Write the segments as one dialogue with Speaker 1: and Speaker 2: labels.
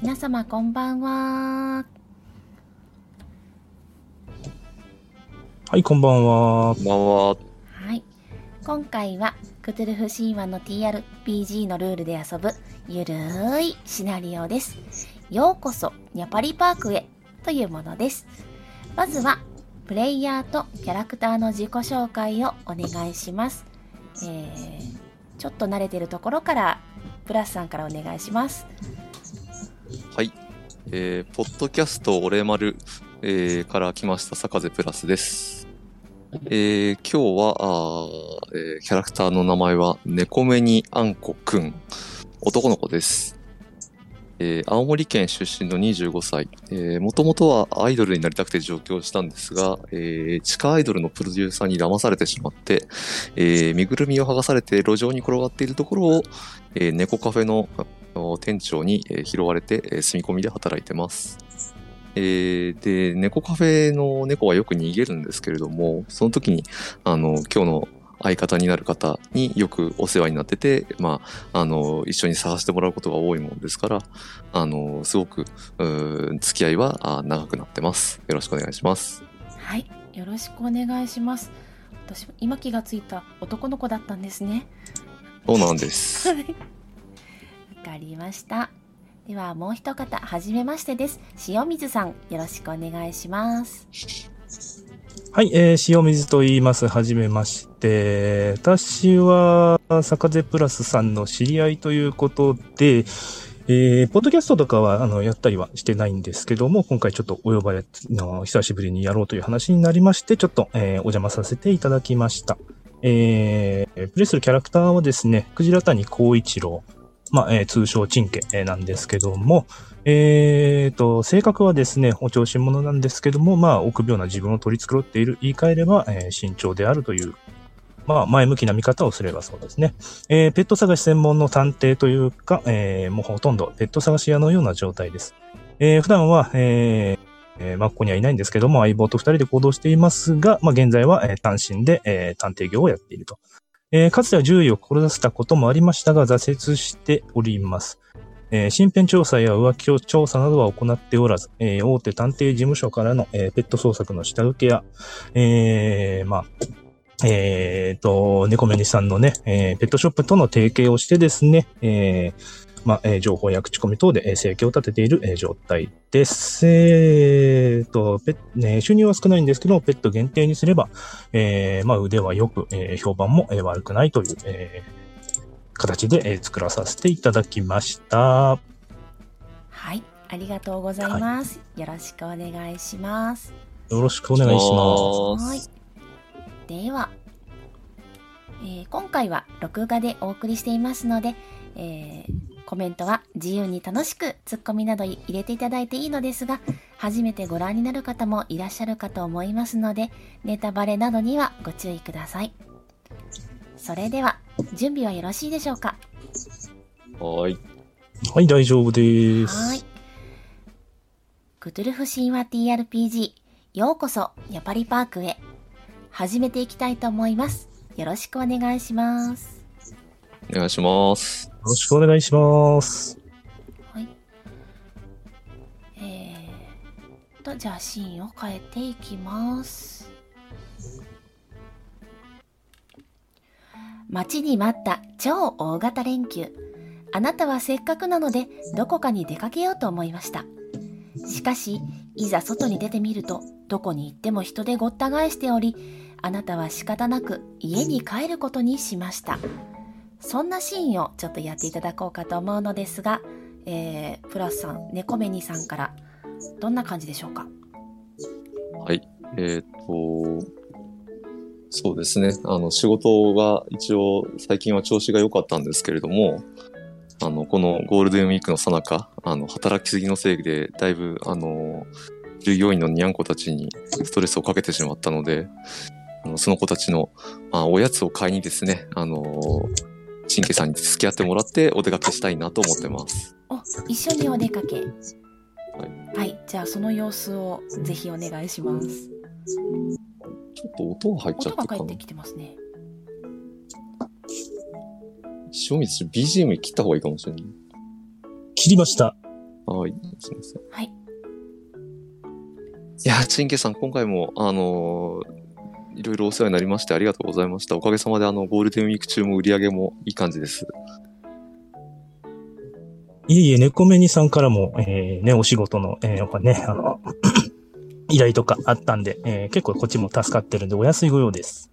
Speaker 1: 皆様こんばんは。
Speaker 2: はい、こんばんは。
Speaker 3: こんばんは。
Speaker 1: はい。今回は、クトゥルフ神話の TRPG のルールで遊ぶ、ゆるーいシナリオです。ようこそ、ニャパリパークへ、というものです。まずは、プレイヤーとキャラクターの自己紹介をお願いします。えー、ちょっと慣れてるところから、プラスさんからお願いします。
Speaker 3: はい。えー、ポッドキャストオレマル、えー、から来ました、坂瀬プラスです。えー、今日は、あーえーキャラクターの名前は、猫目にあんこくん、男の子です。えー、青森県出身の25歳。えー、もともとはアイドルになりたくて上京したんですが、えー、地下アイドルのプロデューサーに騙されてしまって、えー、身ぐるみを剥がされて路上に転がっているところを、えー、猫カフェのあの店長にえー拾われてえー住み込みで働いてます。えーで、猫カフェの猫はよく逃げるんですけれども、その時に、あの、今日の相方になる方によくお世話になってて、まあ、あの、一緒に探してもらうことが多いものですから、あの、すごく、うー付き合いはあ長くなってます。よろしくお願いします。
Speaker 1: はい、よろしくお願いします。私も今気がついた男の子だったんですね。
Speaker 3: そうなんです。
Speaker 1: はい。わかりました。ではもう一方、はじめましてです。塩水さん、よろしくお願いします。
Speaker 2: はい、えー塩水と言います。はじめまして。私は、坂瀬プラスさんの知り合いということで、えーポッドキャストとかは、あの、やったりはしてないんですけども、今回ちょっとお呼ばれ、の久しぶりにやろうという話になりまして、ちょっと、えーお邪魔させていただきました。えープレイするキャラクターはですね、クジラ谷光一郎、まあ、えー通称チンケえーなんですけども、えーと、性格はですね、お調子者なんですけども、まあ、臆病な自分を取り繕っている、言い換えれば、えー慎重であるという、まあ、前向きな見方をすればそうですね。えーペット探し専門の探偵というか、えーもうほとんどペット探し屋のような状態です。えー普段は、えーえーまあ、ここにはいないんですけども、相棒と二人で行動していますが、まあ、現在は、えー単身で、えー探偵業をやっていると。えーかつては獣医を志したこともありましたが、挫折しております。えー身辺調査や浮気を調査などは行っておらず、えー大手探偵事務所からの、えーペット捜索の下請けや、えーまあ、えーと、猫目にさんのね、えーペットショップとの提携をしてですね、えーまあ、えー情報や口コミ等で、えー生計を立てている、えー状態です。えーと、ペッね収入は少ないんですけど、ペット限定にすれば、えーまあ、腕は良く、えー評判も、えー悪くないという、えー形で、えー作らさせていただきました。
Speaker 1: はい、ありがとうございます。よろしくお願いします。
Speaker 2: よろしくお願いしま
Speaker 3: お願
Speaker 1: はいい
Speaker 3: しま。
Speaker 1: では、えー今回は録画でお送りしていますので、えーコメントは自由に楽しくツッコミなど入れていただいていいのですが、初めてご覧になる方もいらっしゃるかと思いますので、ネタバレなどにはご注意ください。それでは、準備はよろしいでしょうか
Speaker 3: はい。
Speaker 2: す。はい、大丈夫で
Speaker 1: はーい
Speaker 2: す。。
Speaker 1: クトゥルフ神話 TRPG、ようこそ、ヤパリパークへ。始めていきたいと思います。よろしくお願いします。
Speaker 3: お願いします
Speaker 2: よ。ろしくお願いします。
Speaker 1: はい。えーと、じゃあシーンを変えていきます。待ちに待った超大型連休。あなたはせっかくなのでどこかに出かけようと思いました。しかし、いざ外に出てみると、どこに行っても人でごった返しており、あなたは仕方なく家に帰ることにしました。そんなシーンをちょっとやっていただこうかと思うのですが、えー、プラスさん、猫目にさんから、どんな感じでしょうか
Speaker 3: はい。えーっ、と、そうですね。あの、仕事が一応最近は調子が良かったんですけれども、あの、このゴールデンウィークの最中、あの、働きすぎのせいで、だいぶ、あの、従業員のにゃんこたちにストレスをかけてしまったので、あのその子たちの、まあ、おやつを買いにですね、あの、チンケさんに付き合ってもらってお出かけしたいなと思ってます。
Speaker 1: お、一緒にお出かけ。
Speaker 3: は
Speaker 1: はい。じゃあその様子をぜひお願いします。
Speaker 3: ちょっと音が入っちゃ
Speaker 1: 音
Speaker 3: った
Speaker 1: が返
Speaker 3: か
Speaker 1: っ
Speaker 3: な
Speaker 1: て。きてますね。
Speaker 3: 塩水 BGM 切った方がいいかもしれない。
Speaker 2: 切りました。
Speaker 3: はい、すみません。
Speaker 1: はい。
Speaker 3: いやー、チンケイさん、今回も、あのーいろいろお世話になりましてありがとうございました。おかげさまで、あの、ゴールデンウィーク中も売り上げもいい感じです。
Speaker 2: いえいえ、猫目にさんからも、えーね、お仕事の、えーやっぱね、あの、 依頼とかあったんで、えー結構こっちも助かってるんで、お安いご用です。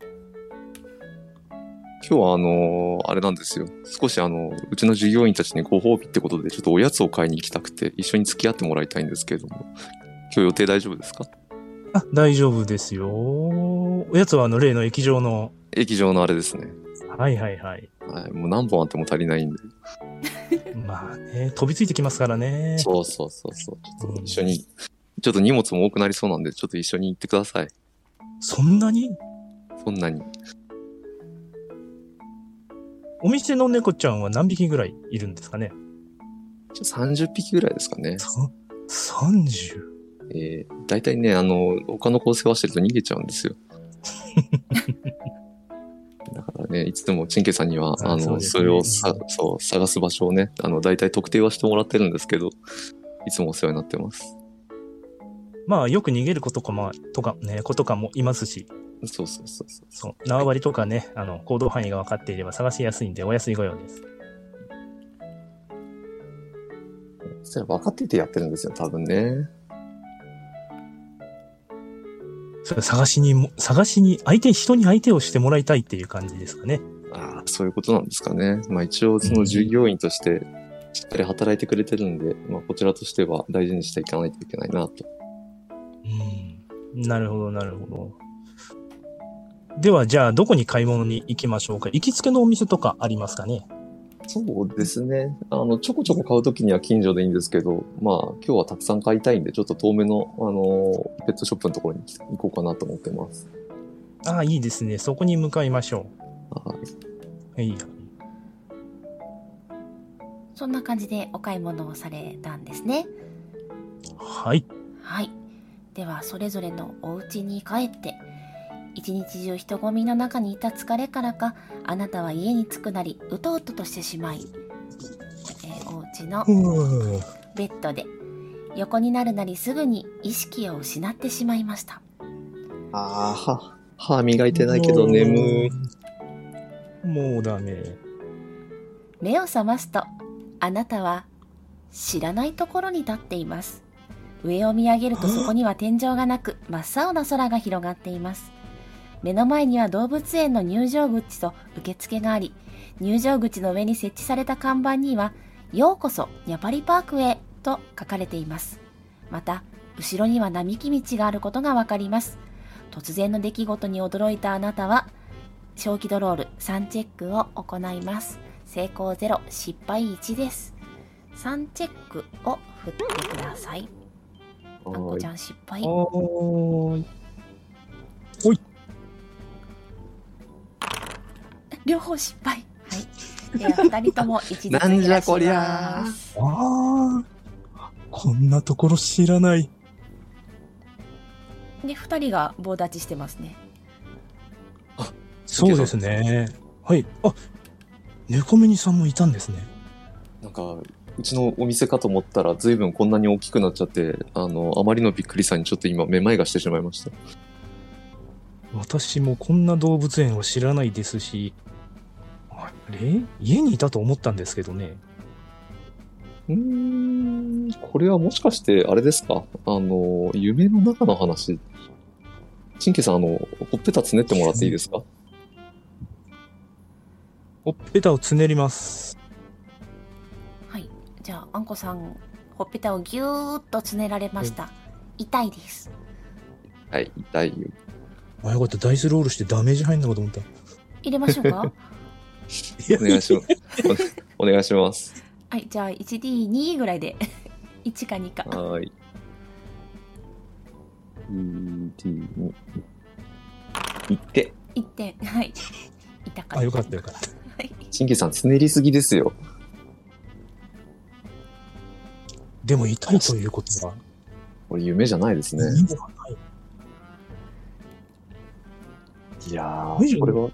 Speaker 3: 今日は、あのーあれなんですよ。少し、あの、うちの従業員たちにご褒美ってことで、ちょっとおやつを買いに行きたくて、一緒に付き合ってもらいたいんですけれども、今日予定大丈夫ですか
Speaker 2: あ、大丈夫ですよ。おやつはあの、例の液状の、
Speaker 3: 液状のあれですね。
Speaker 2: はいはいはい。
Speaker 3: はい、もう何本あっても足りないんで。
Speaker 2: まあね、飛びついてきますからね。
Speaker 3: そうそうそうそう。ちょっと一緒
Speaker 2: うん
Speaker 3: に、ちょっと荷物も多くなりそうなんで、ちょっと一緒に行ってください。
Speaker 2: そんなに
Speaker 3: そんなに。
Speaker 2: お店の猫ちゃんは何匹ぐらいいるんですかね
Speaker 3: ちょ30匹ぐらいですかね。
Speaker 2: そ ?30?
Speaker 3: えー、大体ね、あの、他の子を世話してると逃げちゃうん ですよ。だからね、いつでもチンケイさんには、
Speaker 2: あ
Speaker 3: あの、
Speaker 2: そ
Speaker 3: そう
Speaker 2: ですね
Speaker 3: れをさ、そう、探す場所をね、あの、大体特定はしてもらってるんですけど、いつもお世話になってます。
Speaker 2: まあ、よく逃げる子とかも、とか、ね、子とかもいますし、
Speaker 3: そうそうそうそう。
Speaker 2: そう、縄張りとかね、あの、行動範囲が分かっていれば探しやすいんで、お安いご用です。
Speaker 3: それ分かっててやってるんですよ、多分ね。
Speaker 2: それ探しにも、探しに、相手、人に相手をしてもらいたいっていう感じですかね。
Speaker 3: ああ、そういうことなんですかね。まあ一応、その従業員として、しっかり働いてくれてるんで、まあこちらとしては大事にしていかないといけないなと。
Speaker 2: うん。なるほど、なるほど。では、じゃあ、どこに買い物に行きましょうか行きつけのお店とかありますかね
Speaker 3: そうですね。あの、ちょこちょこ買うときには近所でいいんですけど、まあ、今日はたくさん買いたいんで、ちょっと遠目の、あのーペットショップのところに行こうかなと思ってます。
Speaker 2: ああ、いいですね。そこに向かいましょ。
Speaker 3: はいう
Speaker 2: はい。
Speaker 1: そんな感じでお買い物をされたんですね。
Speaker 2: はい。
Speaker 1: はい。では、それぞれのお家に帰って、一日中人混みの中にいた疲れからか、あなたは家に着くなり、うとうととしてしまい、えーお家の
Speaker 2: う
Speaker 1: ベッドで、横になるなりすぐに意識を失ってしまいました。
Speaker 3: あーは、歯磨いてないけど眠い。
Speaker 2: もうダメ。
Speaker 1: 目を覚ますと、あなたは知らないところに立っています。上を見上げるとそこには天井がなく、真っ青な空が広がっています。目の前には動物園の入場口と受付があり、入場口の上に設置された看板には、ようこそ、ニャパリパークへと書かれています。また、後ろには並木道があることがわかります。突然の出来事に驚いたあなたは、正気ドロール3チェックを行います。成功0失敗1です3チェックを振ってくださいあんこちゃん失敗
Speaker 2: はーい。
Speaker 1: 両方失敗はいでは2人とも1ずつ減らし
Speaker 3: な
Speaker 1: ま
Speaker 3: ん
Speaker 1: す
Speaker 3: じゃこりゃ
Speaker 2: ああ。こんなところ知らない。
Speaker 1: で2人が棒立ちしてますね
Speaker 2: そうですね。はい。あ、猫ミニさんもいたんですね。
Speaker 3: なんか、うちのお店かと思ったら、随分こんなに大きくなっちゃって、あの、あまりのびっくりさにちょっと今、めまいがしてしまいました。
Speaker 2: 私もこんな動物園を知らないですし、あれ家にいたと思ったんですけどね。
Speaker 3: うーん、これはもしかして、あれですかあの、夢の中の話。チンケイさん、あの、ほっぺたつねってもらっていいですか
Speaker 2: ほっぺたをつねります。
Speaker 1: はいじゃああんこさんほっぺたをぎゅーっとつねられました痛いです
Speaker 3: はい、痛いよ。
Speaker 2: あ、よかった。ダイスロールしてダメージ入んのかと思った。
Speaker 1: 入れましょう か
Speaker 3: お願いし ます。お願いします。
Speaker 1: はいじゃあ 1D2 ぐらいで 1か2か
Speaker 3: はーい。1D2。いって。
Speaker 1: 1点はい痛かった
Speaker 2: あ、よかったよかった。
Speaker 1: はい
Speaker 3: チンケイさん、つねりすぎですよ。
Speaker 2: でも痛いということは、
Speaker 3: これ夢じゃないですね。
Speaker 2: 意味がない
Speaker 3: いや
Speaker 2: 無理じ
Speaker 3: ー、
Speaker 2: ゃ
Speaker 3: こ
Speaker 2: な
Speaker 3: れ
Speaker 2: い
Speaker 3: は。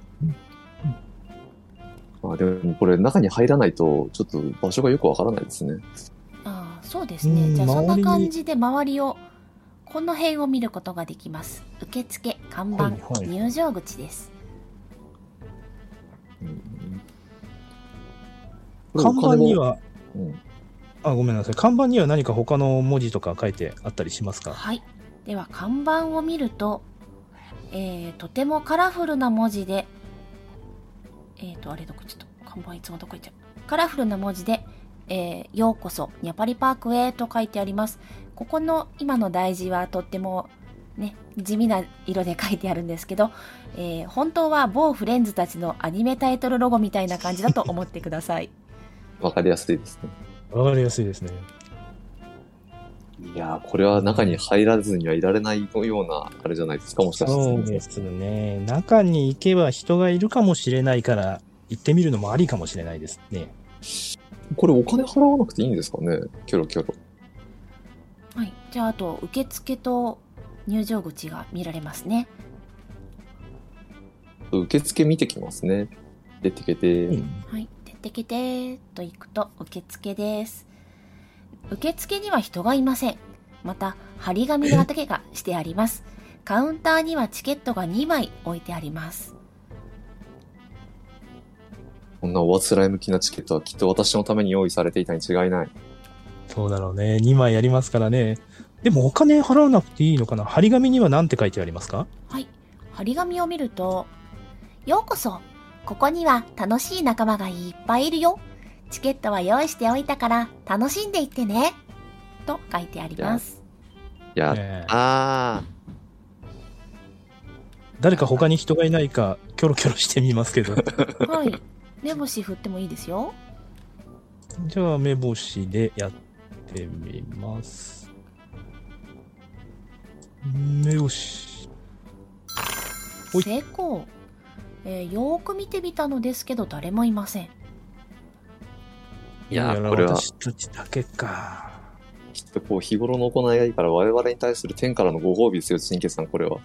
Speaker 3: まあでも、これ中に入らないと、ちょっと場所がよくわからないですね。
Speaker 1: ああそうですね、
Speaker 2: うん
Speaker 1: じゃあそん
Speaker 2: 周
Speaker 1: な
Speaker 2: りに
Speaker 1: 感じで周りをこの辺を見ることができます受付看板、
Speaker 2: はいはい
Speaker 1: 入場口です
Speaker 3: これ
Speaker 2: 看
Speaker 3: お
Speaker 2: 板
Speaker 3: 金
Speaker 2: には、
Speaker 3: うん
Speaker 2: あ、ごめんなさい。看板には何か他の文字とか書いてあったりしますか
Speaker 1: はいでは看板を見ると、えーとてもカラフルな文字でえっ、とあれどこちょっと看板いつもどこ行っちゃうカラフルな文字で、えーようこそニャパリパークへと書いてありますここの今の大字はとってもね地味な色で書いてあるんですけど、えー本当は某フレンズたちのアニメタイトルロゴみたいな感じだと思ってください
Speaker 3: わかりやすいですね。
Speaker 2: わかりやすいですね。
Speaker 3: いやー、これは中に入らずにはいられないような、あれじゃないですか、もしかして。
Speaker 2: そうですね。中に行けば人がいるかもしれないから、行ってみるのもありかもしれないですね。
Speaker 3: これお金払わなくていいんですかねキョロキョロ。
Speaker 1: はいじゃああと受付と入場口が見られますね
Speaker 3: 受付見てきますね。出てけて。
Speaker 2: うん
Speaker 1: はい、出てきてーと行くと受付です。受付には人がいません。また、張り紙だけがしてあります。カウンターにはチケットが2枚置いてあります。
Speaker 3: こんなおあつらい向きなチケットはきっと私のために用意されていたに違いない。
Speaker 2: そうだろうね。2枚やりますからね。でもお金払わなくていいのかな張り紙には何て書いてありますか
Speaker 1: はい、張り紙を見ると、ようこそここには楽しい仲間がいっぱいいるよチケットは用意しておいたから楽しんでいってねと書いてあります。
Speaker 3: いや、
Speaker 2: ええ
Speaker 3: あ
Speaker 2: 誰か他に人がいないか、キョロキョロしてみますけ ど。
Speaker 1: はい、目星振ってもいいですよ。
Speaker 2: じゃあ、目星でやってみます。目星。ほい
Speaker 1: 成功、えーよーく見てみたのですけど誰もいません
Speaker 3: いや
Speaker 2: どう
Speaker 3: これ
Speaker 2: ら
Speaker 3: は
Speaker 2: 私たちだけか。
Speaker 3: あ、きっとこう日頃の行いがいいから我々に対する天からのご褒美ですよ、神経さん、これは。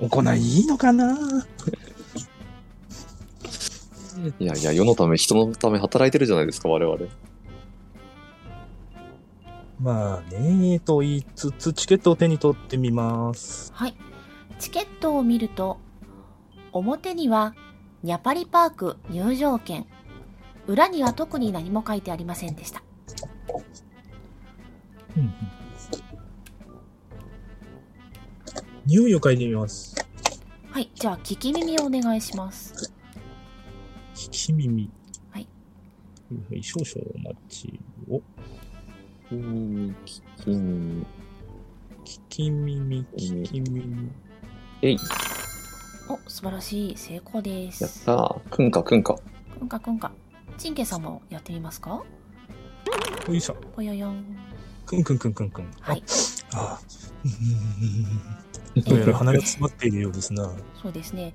Speaker 2: 行いいいのかない
Speaker 3: やいや、世のため、人のため働いてるじゃないですか、我々。
Speaker 2: まあね、と言いつつ、チケットを手に取ってみます。
Speaker 1: はいチケットを見ると表には「ニャパリパーク入場券」裏には特に何も書いてありませんでした
Speaker 2: 匂いを嗅いでみます。
Speaker 1: はいじゃあ聞き耳をお願いします
Speaker 2: 聞き耳。
Speaker 1: はい。
Speaker 2: はい、少々お待ちを。
Speaker 3: うん、うん、
Speaker 2: 聞き耳、聞き耳。
Speaker 3: えい、
Speaker 1: お素晴らしい成功で
Speaker 3: やっ
Speaker 1: す
Speaker 3: たー。くんか、くんか。
Speaker 1: くんかくんかちんけいさんもやってみますか
Speaker 2: よいしょ。
Speaker 1: ぽよよん
Speaker 2: くんくんくんくんくん。
Speaker 1: はい
Speaker 2: ああ。うーんどうやら鼻が詰まっているようですな。
Speaker 1: そうですね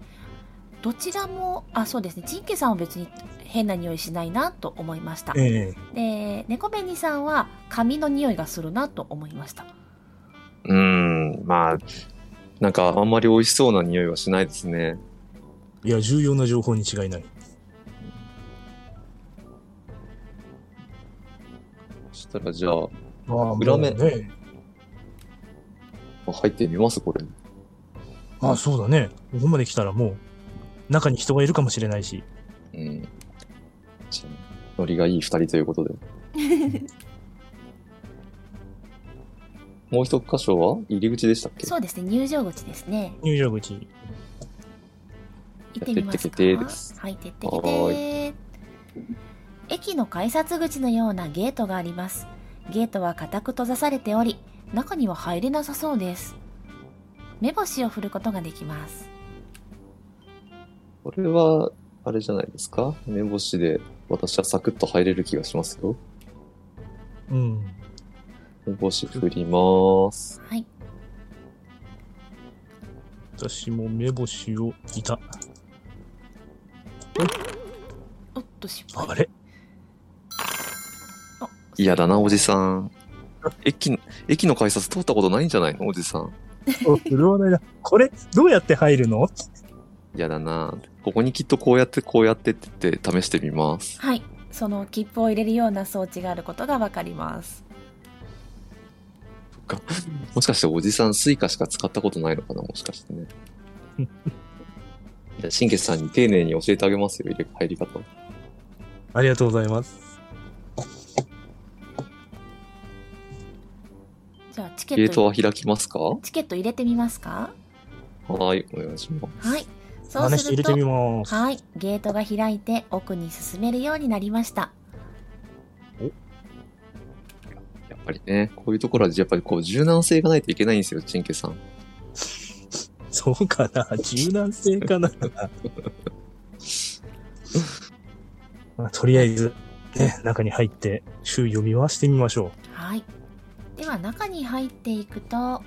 Speaker 1: どちらもあそうですねちんけいさんは別に変な匂いしないなと思いました
Speaker 2: ええ
Speaker 1: で猫紅さんは髪の匂いがするなと思いました
Speaker 3: うん、まあ、なんかあんまり美味しそうな匂いはしないですね。
Speaker 2: いや、重要な情報に違いない。
Speaker 3: そしたらじゃあ、
Speaker 2: まあ
Speaker 3: 裏目
Speaker 2: もうね。
Speaker 3: 入ってみます、これ。
Speaker 2: ああ、そうだね。ここまで来たらもう、中に人がいるかもしれないし。
Speaker 3: うん。じゃあノリがいい二人ということで。もう一箇所は入り口でしたっけ
Speaker 1: そうですね入場口ですね
Speaker 2: 入場口。
Speaker 1: 行ってみますか
Speaker 3: てってけてです
Speaker 1: はいてってき
Speaker 3: は
Speaker 1: て駅の改札口のようなゲートがありますゲートは固く閉ざされており中には入れなさそうです目星を振ることができます
Speaker 3: これは、あれじゃないですか目星で私はサクッと入れる気がしますよ。
Speaker 2: うん。
Speaker 3: 目星振ります。
Speaker 1: はい
Speaker 2: 私も目星をいた。
Speaker 1: おっと失敗
Speaker 2: あれ
Speaker 3: 嫌だな、おじさん。駅の、駅の改札通ったことないんじゃないのおじさん。
Speaker 2: 振るわないな。これ、どうやって入るの
Speaker 3: 嫌だな。ここにきっとこうやって、こうやってって言って試してみます。
Speaker 1: はいその切符を入れるような装置があることがわかります
Speaker 3: もしかしておじさんスイカしか使ったことないのかなもしかし てね。じゃあ、新血さんに丁寧に教えてあげますよ、入れ入り方を。
Speaker 2: ありがとうございます。
Speaker 1: じゃあチケ
Speaker 3: ゲ
Speaker 1: ッ
Speaker 3: ート
Speaker 1: ト
Speaker 3: は開きますかは
Speaker 1: チケット入れてみますか
Speaker 3: い、お願いします。
Speaker 1: はいそう
Speaker 2: 話
Speaker 1: する
Speaker 2: 入れ
Speaker 1: と
Speaker 2: てみます。
Speaker 1: はいゲートが開いて奥に進めるようになりました
Speaker 3: やっぱりね、こういうところはやっぱりこう柔軟性がないといけないんですよ、チンケさん。
Speaker 2: そうかな柔軟性かな まあとりあえず、ね、中に入って、周囲を見回してみましょ
Speaker 1: はい。では中に入っていくと、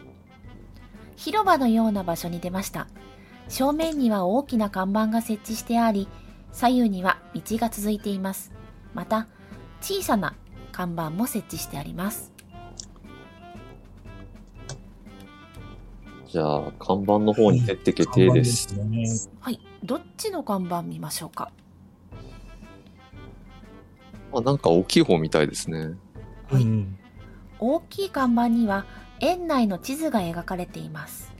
Speaker 1: 広場のような場所に出ました。正面には大きな看板が設置してあり、左右には道が続いています。また、小さな看板も設置してあります。
Speaker 3: じゃあ、看板の方に出てけ
Speaker 2: う。
Speaker 3: てです。
Speaker 2: 看板ですね。
Speaker 1: はい。どっちの看板見ましょうか
Speaker 3: あ、なんか大きい方みたいですね。
Speaker 1: はい
Speaker 2: うん。
Speaker 1: 大きい看板には、園内の地図が描かれています。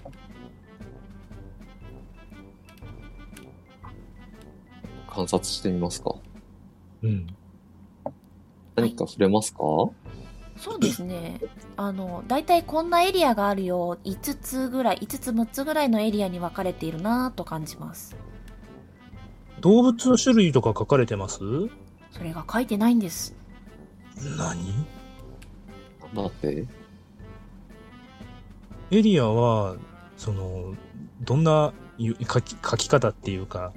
Speaker 3: 観察してみますか。
Speaker 2: うん。
Speaker 3: 何か触れますか、
Speaker 1: そうですね。あの、だいたいこんなエリアがあるよ。5つぐらい、5つ6つぐらいのエリアに分かれているなぁと感じます。
Speaker 2: 動物の種類とか書かれてます
Speaker 1: それが書いてないんです。
Speaker 2: 何
Speaker 3: なんだって
Speaker 2: エリアは、その、どんなゆ書き書き方っていうか、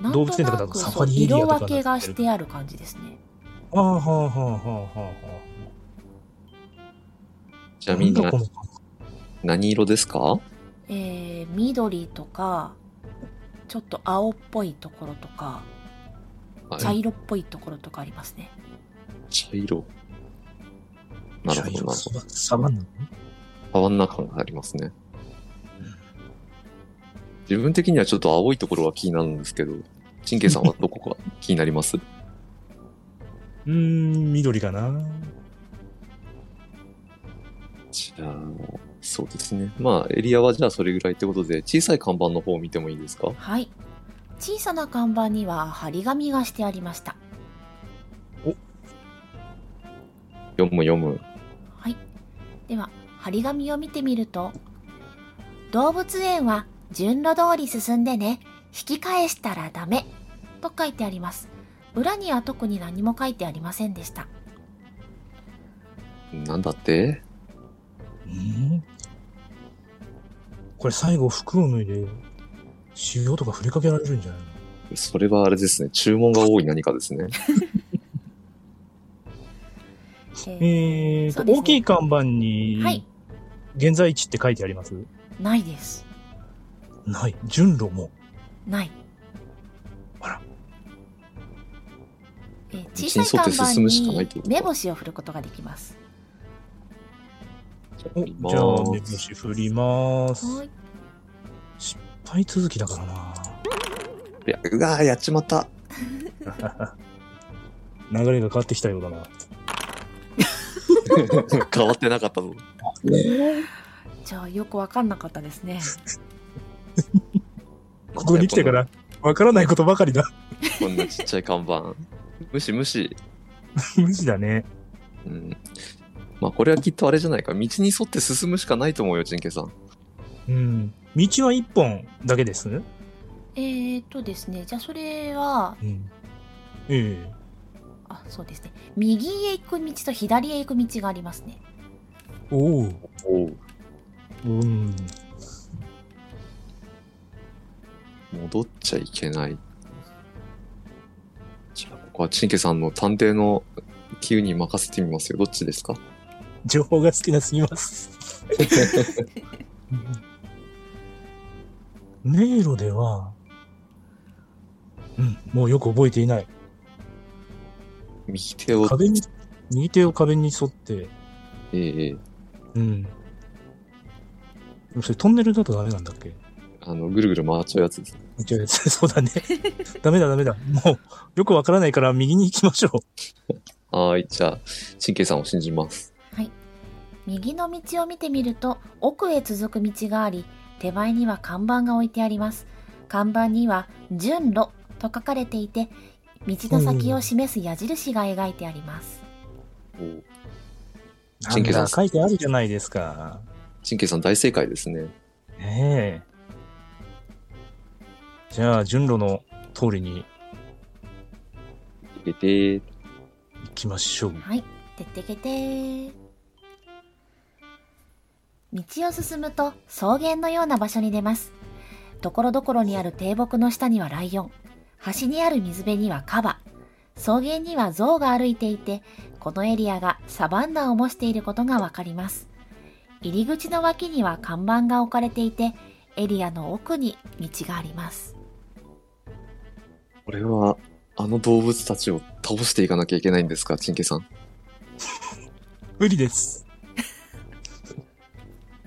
Speaker 1: なん
Speaker 2: 動
Speaker 1: と
Speaker 2: 物園とかだ
Speaker 1: な
Speaker 2: と
Speaker 1: く
Speaker 2: サフ
Speaker 1: そ
Speaker 2: ァ
Speaker 1: う
Speaker 2: リエリア
Speaker 1: 色
Speaker 2: とかになっ
Speaker 1: 分
Speaker 2: てる
Speaker 1: けがしてある感じですね。
Speaker 2: ああ、はあ、はあ、はあ、はあ。
Speaker 3: ちなみに
Speaker 2: なんだこの
Speaker 3: 何色ですか
Speaker 1: えー、緑とか、ちょっと青っぽいところとか、
Speaker 3: はい
Speaker 1: 茶色っぽいところとかありますね。
Speaker 3: 茶色。なるほど、なるほど。
Speaker 2: サバンナ
Speaker 3: サバンナ感がありますね。自分的にはちょっと青いところが気になるんですけど、チンケイさんはどこか気になります
Speaker 2: うーん、緑かな。
Speaker 3: じゃあ、そうですね。まあ、エリアはじゃあそれぐらいってことで、小さい看板の方を見てもいいですか
Speaker 1: はい。小さな看板には張り紙がしてありました。
Speaker 3: 読む読む。
Speaker 1: はい。では、張り紙を見てみると、動物園は順路通り進んでね、引き返したらダメ、と書いてあります。裏には特に何も書いてありませんでした。
Speaker 3: なんだって
Speaker 2: うんこれ最後服を脱いで、塩とか振りかけられるんじゃないの
Speaker 3: それはあれですね。注文が多い何かですね。
Speaker 1: えー
Speaker 2: えー
Speaker 1: そ
Speaker 2: と、
Speaker 1: うですね
Speaker 2: 大きい看板
Speaker 1: はい
Speaker 2: に、現在地って書いてあります、
Speaker 1: ないです。
Speaker 2: ない。順路も。
Speaker 1: ない。
Speaker 2: あら。
Speaker 1: えー小さい
Speaker 3: 道に沿って進むしかな
Speaker 1: 看
Speaker 3: いっ
Speaker 1: 板
Speaker 3: てこ
Speaker 1: に
Speaker 3: とか
Speaker 1: 目星を振ることができます。
Speaker 2: おじゃあ、目星振ります。
Speaker 1: はい
Speaker 2: いっ。ぱい続きだからな。
Speaker 3: いやうわーやっちま った。
Speaker 2: 流れが変わってきたようだな。
Speaker 3: 変わってなかったぞ。
Speaker 1: じゃあ、よくわかんなかったですね。
Speaker 2: ここに来てから、わからないことばかりだ。
Speaker 3: こんなちっちゃい看板。無視無視。
Speaker 2: 無視だね。
Speaker 3: うん。まあこれはきっとあれじゃないか。道に沿って進むしかないと思うよ、ちんけいさん。
Speaker 2: うん。道は一本だけですね。
Speaker 1: えーっとですね、じゃあそれは、
Speaker 2: うん。ええ
Speaker 1: あ、そうですね。右へ行く道と左へ行く道がありますね。
Speaker 2: おお。
Speaker 3: おう。
Speaker 2: うん。
Speaker 3: 戻っちゃいけない。じゃあここはちんけいさんの探偵の気運に任せてみますよ。どっちですか
Speaker 2: 情報が好きなすぎ ます。迷路では、うん、もうよく覚えていない。
Speaker 3: 右手を、
Speaker 2: 壁に、右手を壁に沿って、
Speaker 3: ええ
Speaker 2: うん。それトンネルだとダメなんだっけ
Speaker 3: あの、ぐるぐる回っちゃうやつです。
Speaker 2: 一応 そうだね。ダメだダメだ。もう、よくわからないから右に行きまし ょう。
Speaker 3: はーい、じゃあ、神経さんを信じます。
Speaker 1: 右の道を見てみると奥へ続く道があり手前には看板が置いてあります看板には「順路」と書かれていて道の先を示す矢印が描いてあります、
Speaker 3: 神経さ
Speaker 2: な
Speaker 3: ん
Speaker 2: んだ書いてあるじゃないですか。
Speaker 3: 神経さん大正解ですね。
Speaker 2: ねえ。じゃあ、順路の通りに
Speaker 3: でで
Speaker 2: 行きましょう。
Speaker 1: はいてってけてー道を進むと草原のような場所に出ますところどころにある低木の下にはライオン端にある水辺にはカバ草原には象が歩いていてこのエリアがサバンナを模していることがわかります入り口の脇には看板が置かれていてエリアの奥に道があります
Speaker 3: 俺は、あの動物たちを倒していかなきゃいけないんですか、神経さん。
Speaker 2: 無理です。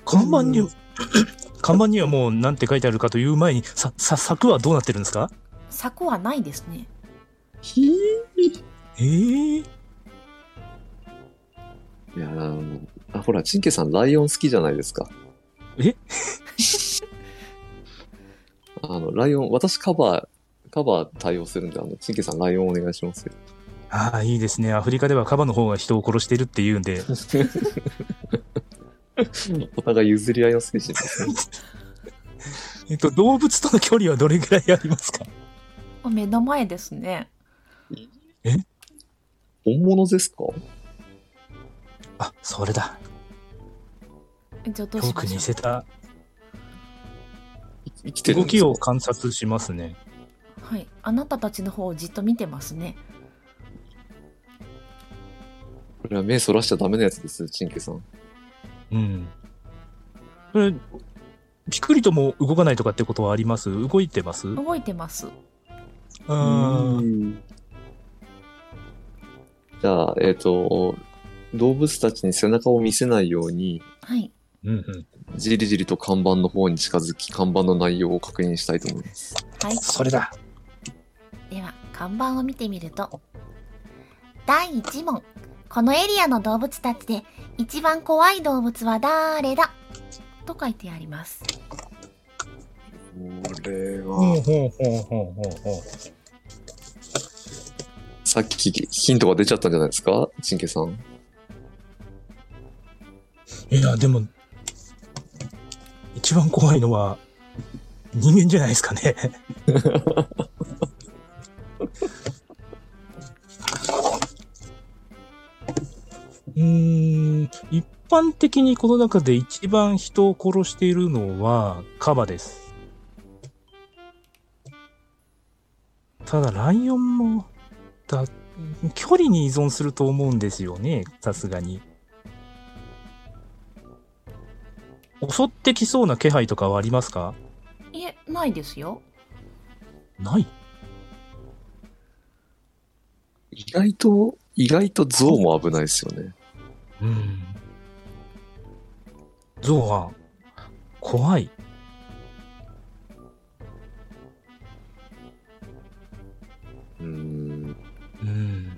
Speaker 2: 看板に、 看板にはもうなんて書いてあるかという前に、さ、さ、柵はどうなってるんですか
Speaker 1: 柵はないですね
Speaker 3: ひい
Speaker 2: ええ
Speaker 3: やーあ、ほら、神経さん、ライオン好きじゃないですか。
Speaker 2: え
Speaker 3: あの、ライオン、私カバー、カバー対応するんで、あの、神経さん、ライオンお願いし ますよ。
Speaker 2: ああ、いいですね。アフリカではカバの方が人を殺してるっていうんで、
Speaker 3: お互い譲り合いの精神ですね。
Speaker 2: えっと、動物との距離はどれぐらいありますか
Speaker 1: 目の前ですね
Speaker 3: 本物ですか
Speaker 2: あ、それだ。
Speaker 1: じゃあど
Speaker 2: よく似せた
Speaker 3: い生きてるん
Speaker 2: 動
Speaker 3: です
Speaker 2: き
Speaker 3: か
Speaker 2: を観察しますね。
Speaker 1: はい、あなたたちの方をじっと見てますね。
Speaker 3: これは目そらしちゃダメなやつです、チンケさん。
Speaker 2: うん。それ、ピクリとも動かないとかってことはあります動いてますう
Speaker 1: 動いてます。
Speaker 2: ーん。
Speaker 3: じゃあ、えっ、と、動物たちに背中を見せないように、
Speaker 1: はい。
Speaker 2: うんうん。
Speaker 3: じりじりと看板の方に近づき、看板の内容を確認したいと思います。
Speaker 1: はい。
Speaker 2: それだ。
Speaker 1: では、看板を見てみると。第1問。このエリアの動物たちで、一番怖い動物は誰だと書いてあります。
Speaker 3: これ
Speaker 2: ほう
Speaker 3: は、
Speaker 2: ほうほうほうほうほ
Speaker 3: さっきヒントが出ちゃったんじゃないですかチンケさん。
Speaker 2: う。いや、でも、一番怖いのは、人間じゃないですかね。 うーん一般的にこの中で一番人を殺しているのはカバです。ただライオンもだ距離に依存すると思うんですよね、さすがに。襲ってきそうな気配とかはありますか
Speaker 1: いえ、ないですよ。
Speaker 2: ない
Speaker 3: 意外と、意外と象も危ないですよね。
Speaker 2: うん。ゾウは怖い。
Speaker 3: うーん。
Speaker 2: うん。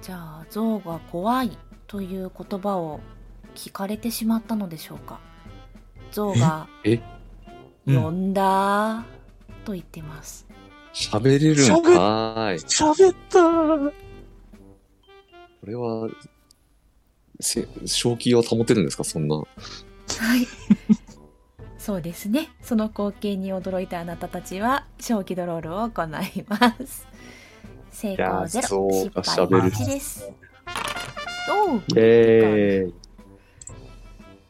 Speaker 1: じゃあ、象が怖いという言葉を聞かれてしまったのでしょうか。象が、
Speaker 3: え
Speaker 2: えうん
Speaker 1: 呼んだーと言ってます。
Speaker 3: 喋れるんかーい。
Speaker 2: 喋ったー
Speaker 3: これは、せ正気は保てるんですかそんな。
Speaker 1: はい。 そうですね。その光景に驚いたあなたたちは、正気ドロールを行います。成功ゼロ、
Speaker 3: いやーそうか
Speaker 1: 失敗1
Speaker 2: 喋る
Speaker 1: です。おう
Speaker 3: ええ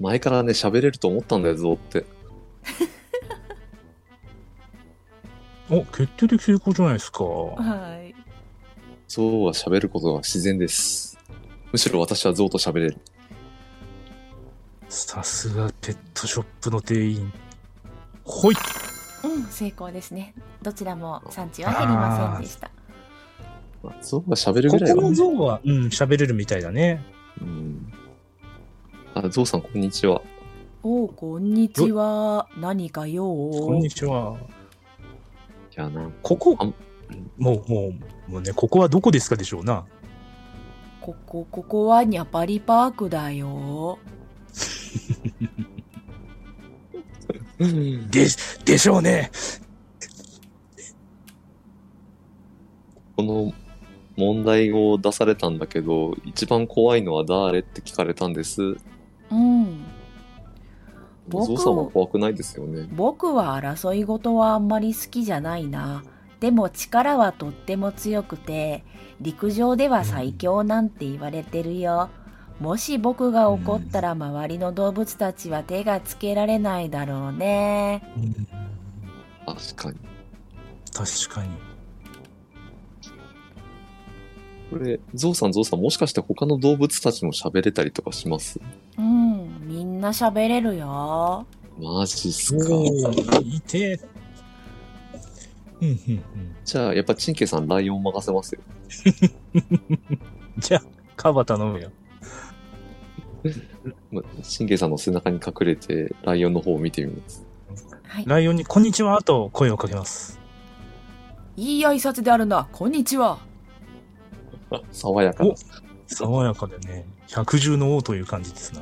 Speaker 3: 前からね、喋れると思ったんだよ、ゾウって。
Speaker 2: お、決定的成功じゃないですか。
Speaker 1: はい。
Speaker 3: ゾウは喋ることが自然です。むしろ私はゾウと喋れる。
Speaker 2: さすがペットショップの店員。ほい
Speaker 1: うん、成功ですね。どちらも産地は減りませんでした。
Speaker 3: まあゾウが喋るぐ
Speaker 2: こ
Speaker 3: らい
Speaker 2: こ
Speaker 3: は
Speaker 2: の。ゾウは、うん、喋れるみたいだね。
Speaker 3: うん、あ、ゾウさん、こんにちは。
Speaker 1: おーこんにちは。何か用
Speaker 2: こんにちは。
Speaker 3: じゃあな。
Speaker 2: ここ
Speaker 3: あん、
Speaker 2: もう、もう、もうね、ここはどこですかでしょうな。
Speaker 1: ここ、ここはニャパリパークだよ。
Speaker 2: で、でしょうね。
Speaker 3: この問題を出されたんだけど、一番怖いのは誰って聞かれたんです。
Speaker 1: うん。
Speaker 3: お
Speaker 1: 僕
Speaker 3: 嬢さんは怖くないですよね。
Speaker 1: 僕は争い事はあんまり好きじゃないな。でも力はとっても強くて、陸上では最強なんて言われてるよ。もし僕が怒ったら周りの動物たちは手がつけられないだろうね。
Speaker 2: うん
Speaker 3: 確かに。
Speaker 2: 確かに。
Speaker 3: これ、ゾウさんゾウさんもしかして他の動物たちも喋れたりとかします
Speaker 1: うん、みんな喋れるよ。
Speaker 3: マジっすか。
Speaker 2: そう、いて。うんうんうん。
Speaker 3: じゃあ、やっぱチンケイさんライオン任せますよ。
Speaker 2: じゃあ、カバ頼むよ。
Speaker 3: まチンケイさんの背中に隠れて、ライオンの方を見てみます。
Speaker 1: はい。
Speaker 2: ライオンに、こんにちはと声をかけます。
Speaker 1: いい挨拶であるな。こんにちは。
Speaker 3: 爽やかな
Speaker 2: お。爽やかでね、百獣の王という感じですな。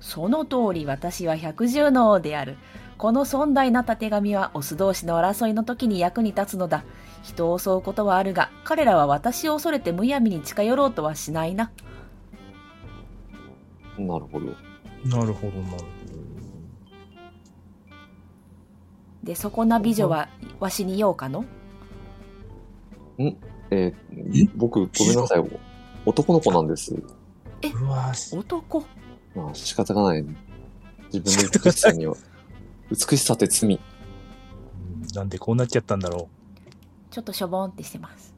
Speaker 1: その通り私は百獣の王である。この尊大なた手紙はオス同士の争いの時に役に立つのだ。人を襲うことはあるが、彼らは私を恐れてむやみに近寄ろうとはしないな。
Speaker 3: なるほど。
Speaker 2: なるほど、なるほ
Speaker 1: で、そこな美女は、わしに用かの
Speaker 3: えー僕、ごめんなさい。男の子なんです。
Speaker 2: ど。うわぁ、
Speaker 1: 男。
Speaker 3: まあ、仕方がない、ね。自分の美しさには。 美しさって罪。
Speaker 2: うんなんでこうなっちゃったんだろう。
Speaker 1: ちょっとしょぼんってしてます。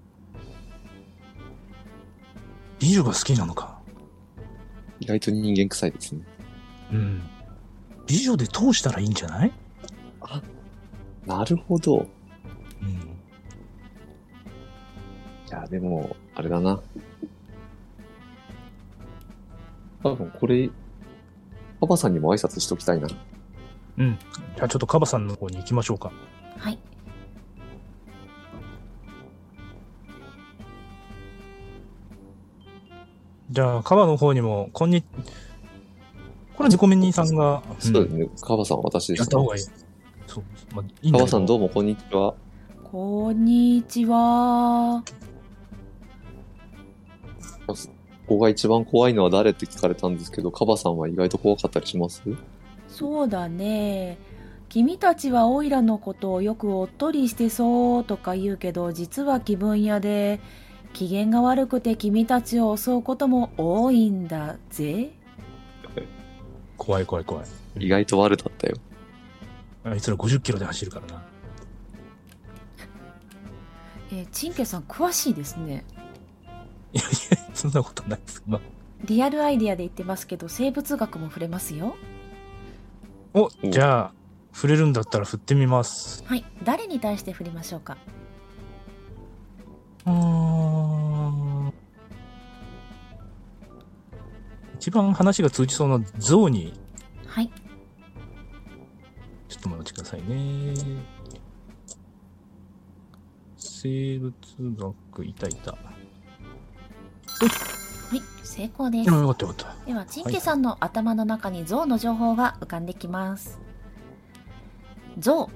Speaker 2: 美女が好きなのか。
Speaker 3: 意外と人間臭いですね。
Speaker 2: うん。美女で通したらいいんじゃない
Speaker 3: なるほど。
Speaker 2: うん。
Speaker 3: いや、でも、あれだな。多分これ、パパさんにも挨拶しときたいな。
Speaker 2: うん。じゃあちょっとカバさんの方に行きましょうか。
Speaker 1: はい。
Speaker 2: じゃあカバの方にも、こんに、これは自己メニーさんが、
Speaker 3: そうですね。カバさんは私で
Speaker 2: やっ
Speaker 3: す
Speaker 2: た
Speaker 3: ね
Speaker 2: 方がいい。そう。まあ、いいん
Speaker 3: カ
Speaker 2: だ
Speaker 3: バ
Speaker 2: け
Speaker 3: さんど
Speaker 2: ど、
Speaker 3: うもこんにちは。
Speaker 1: こんにちは。
Speaker 3: ここが一番怖いのは誰って聞かれたんですけど、カバさんは意外と怖かったりします
Speaker 1: そうだね。君たちはオイラのことをよくおっとりしてそうとか言うけど、実は気分屋で、機嫌が悪くて君たちを襲うことも多いんだぜ。
Speaker 2: 怖い怖い怖い。
Speaker 3: 意外と悪だったよ。
Speaker 2: あいつら50キロで走るからな。
Speaker 1: えー、チンケさん詳しいですね。
Speaker 2: そんなことないです。まあ、
Speaker 1: リアルアイディアで言ってますけど、生物学も触れますよ。
Speaker 2: お、
Speaker 3: お
Speaker 2: じゃあ、触れるんだったら振ってみます。
Speaker 1: はい。誰に対して振りましょうか。
Speaker 2: うーん。一番話が通じそうな象に、
Speaker 1: はい。
Speaker 2: ちょっとお待ちくださいね。生物学、いたいた。
Speaker 1: はい。成功です
Speaker 2: あ。よかったよかっ
Speaker 1: では、チンケさんの頭の中に象の情報が浮かんできます。象。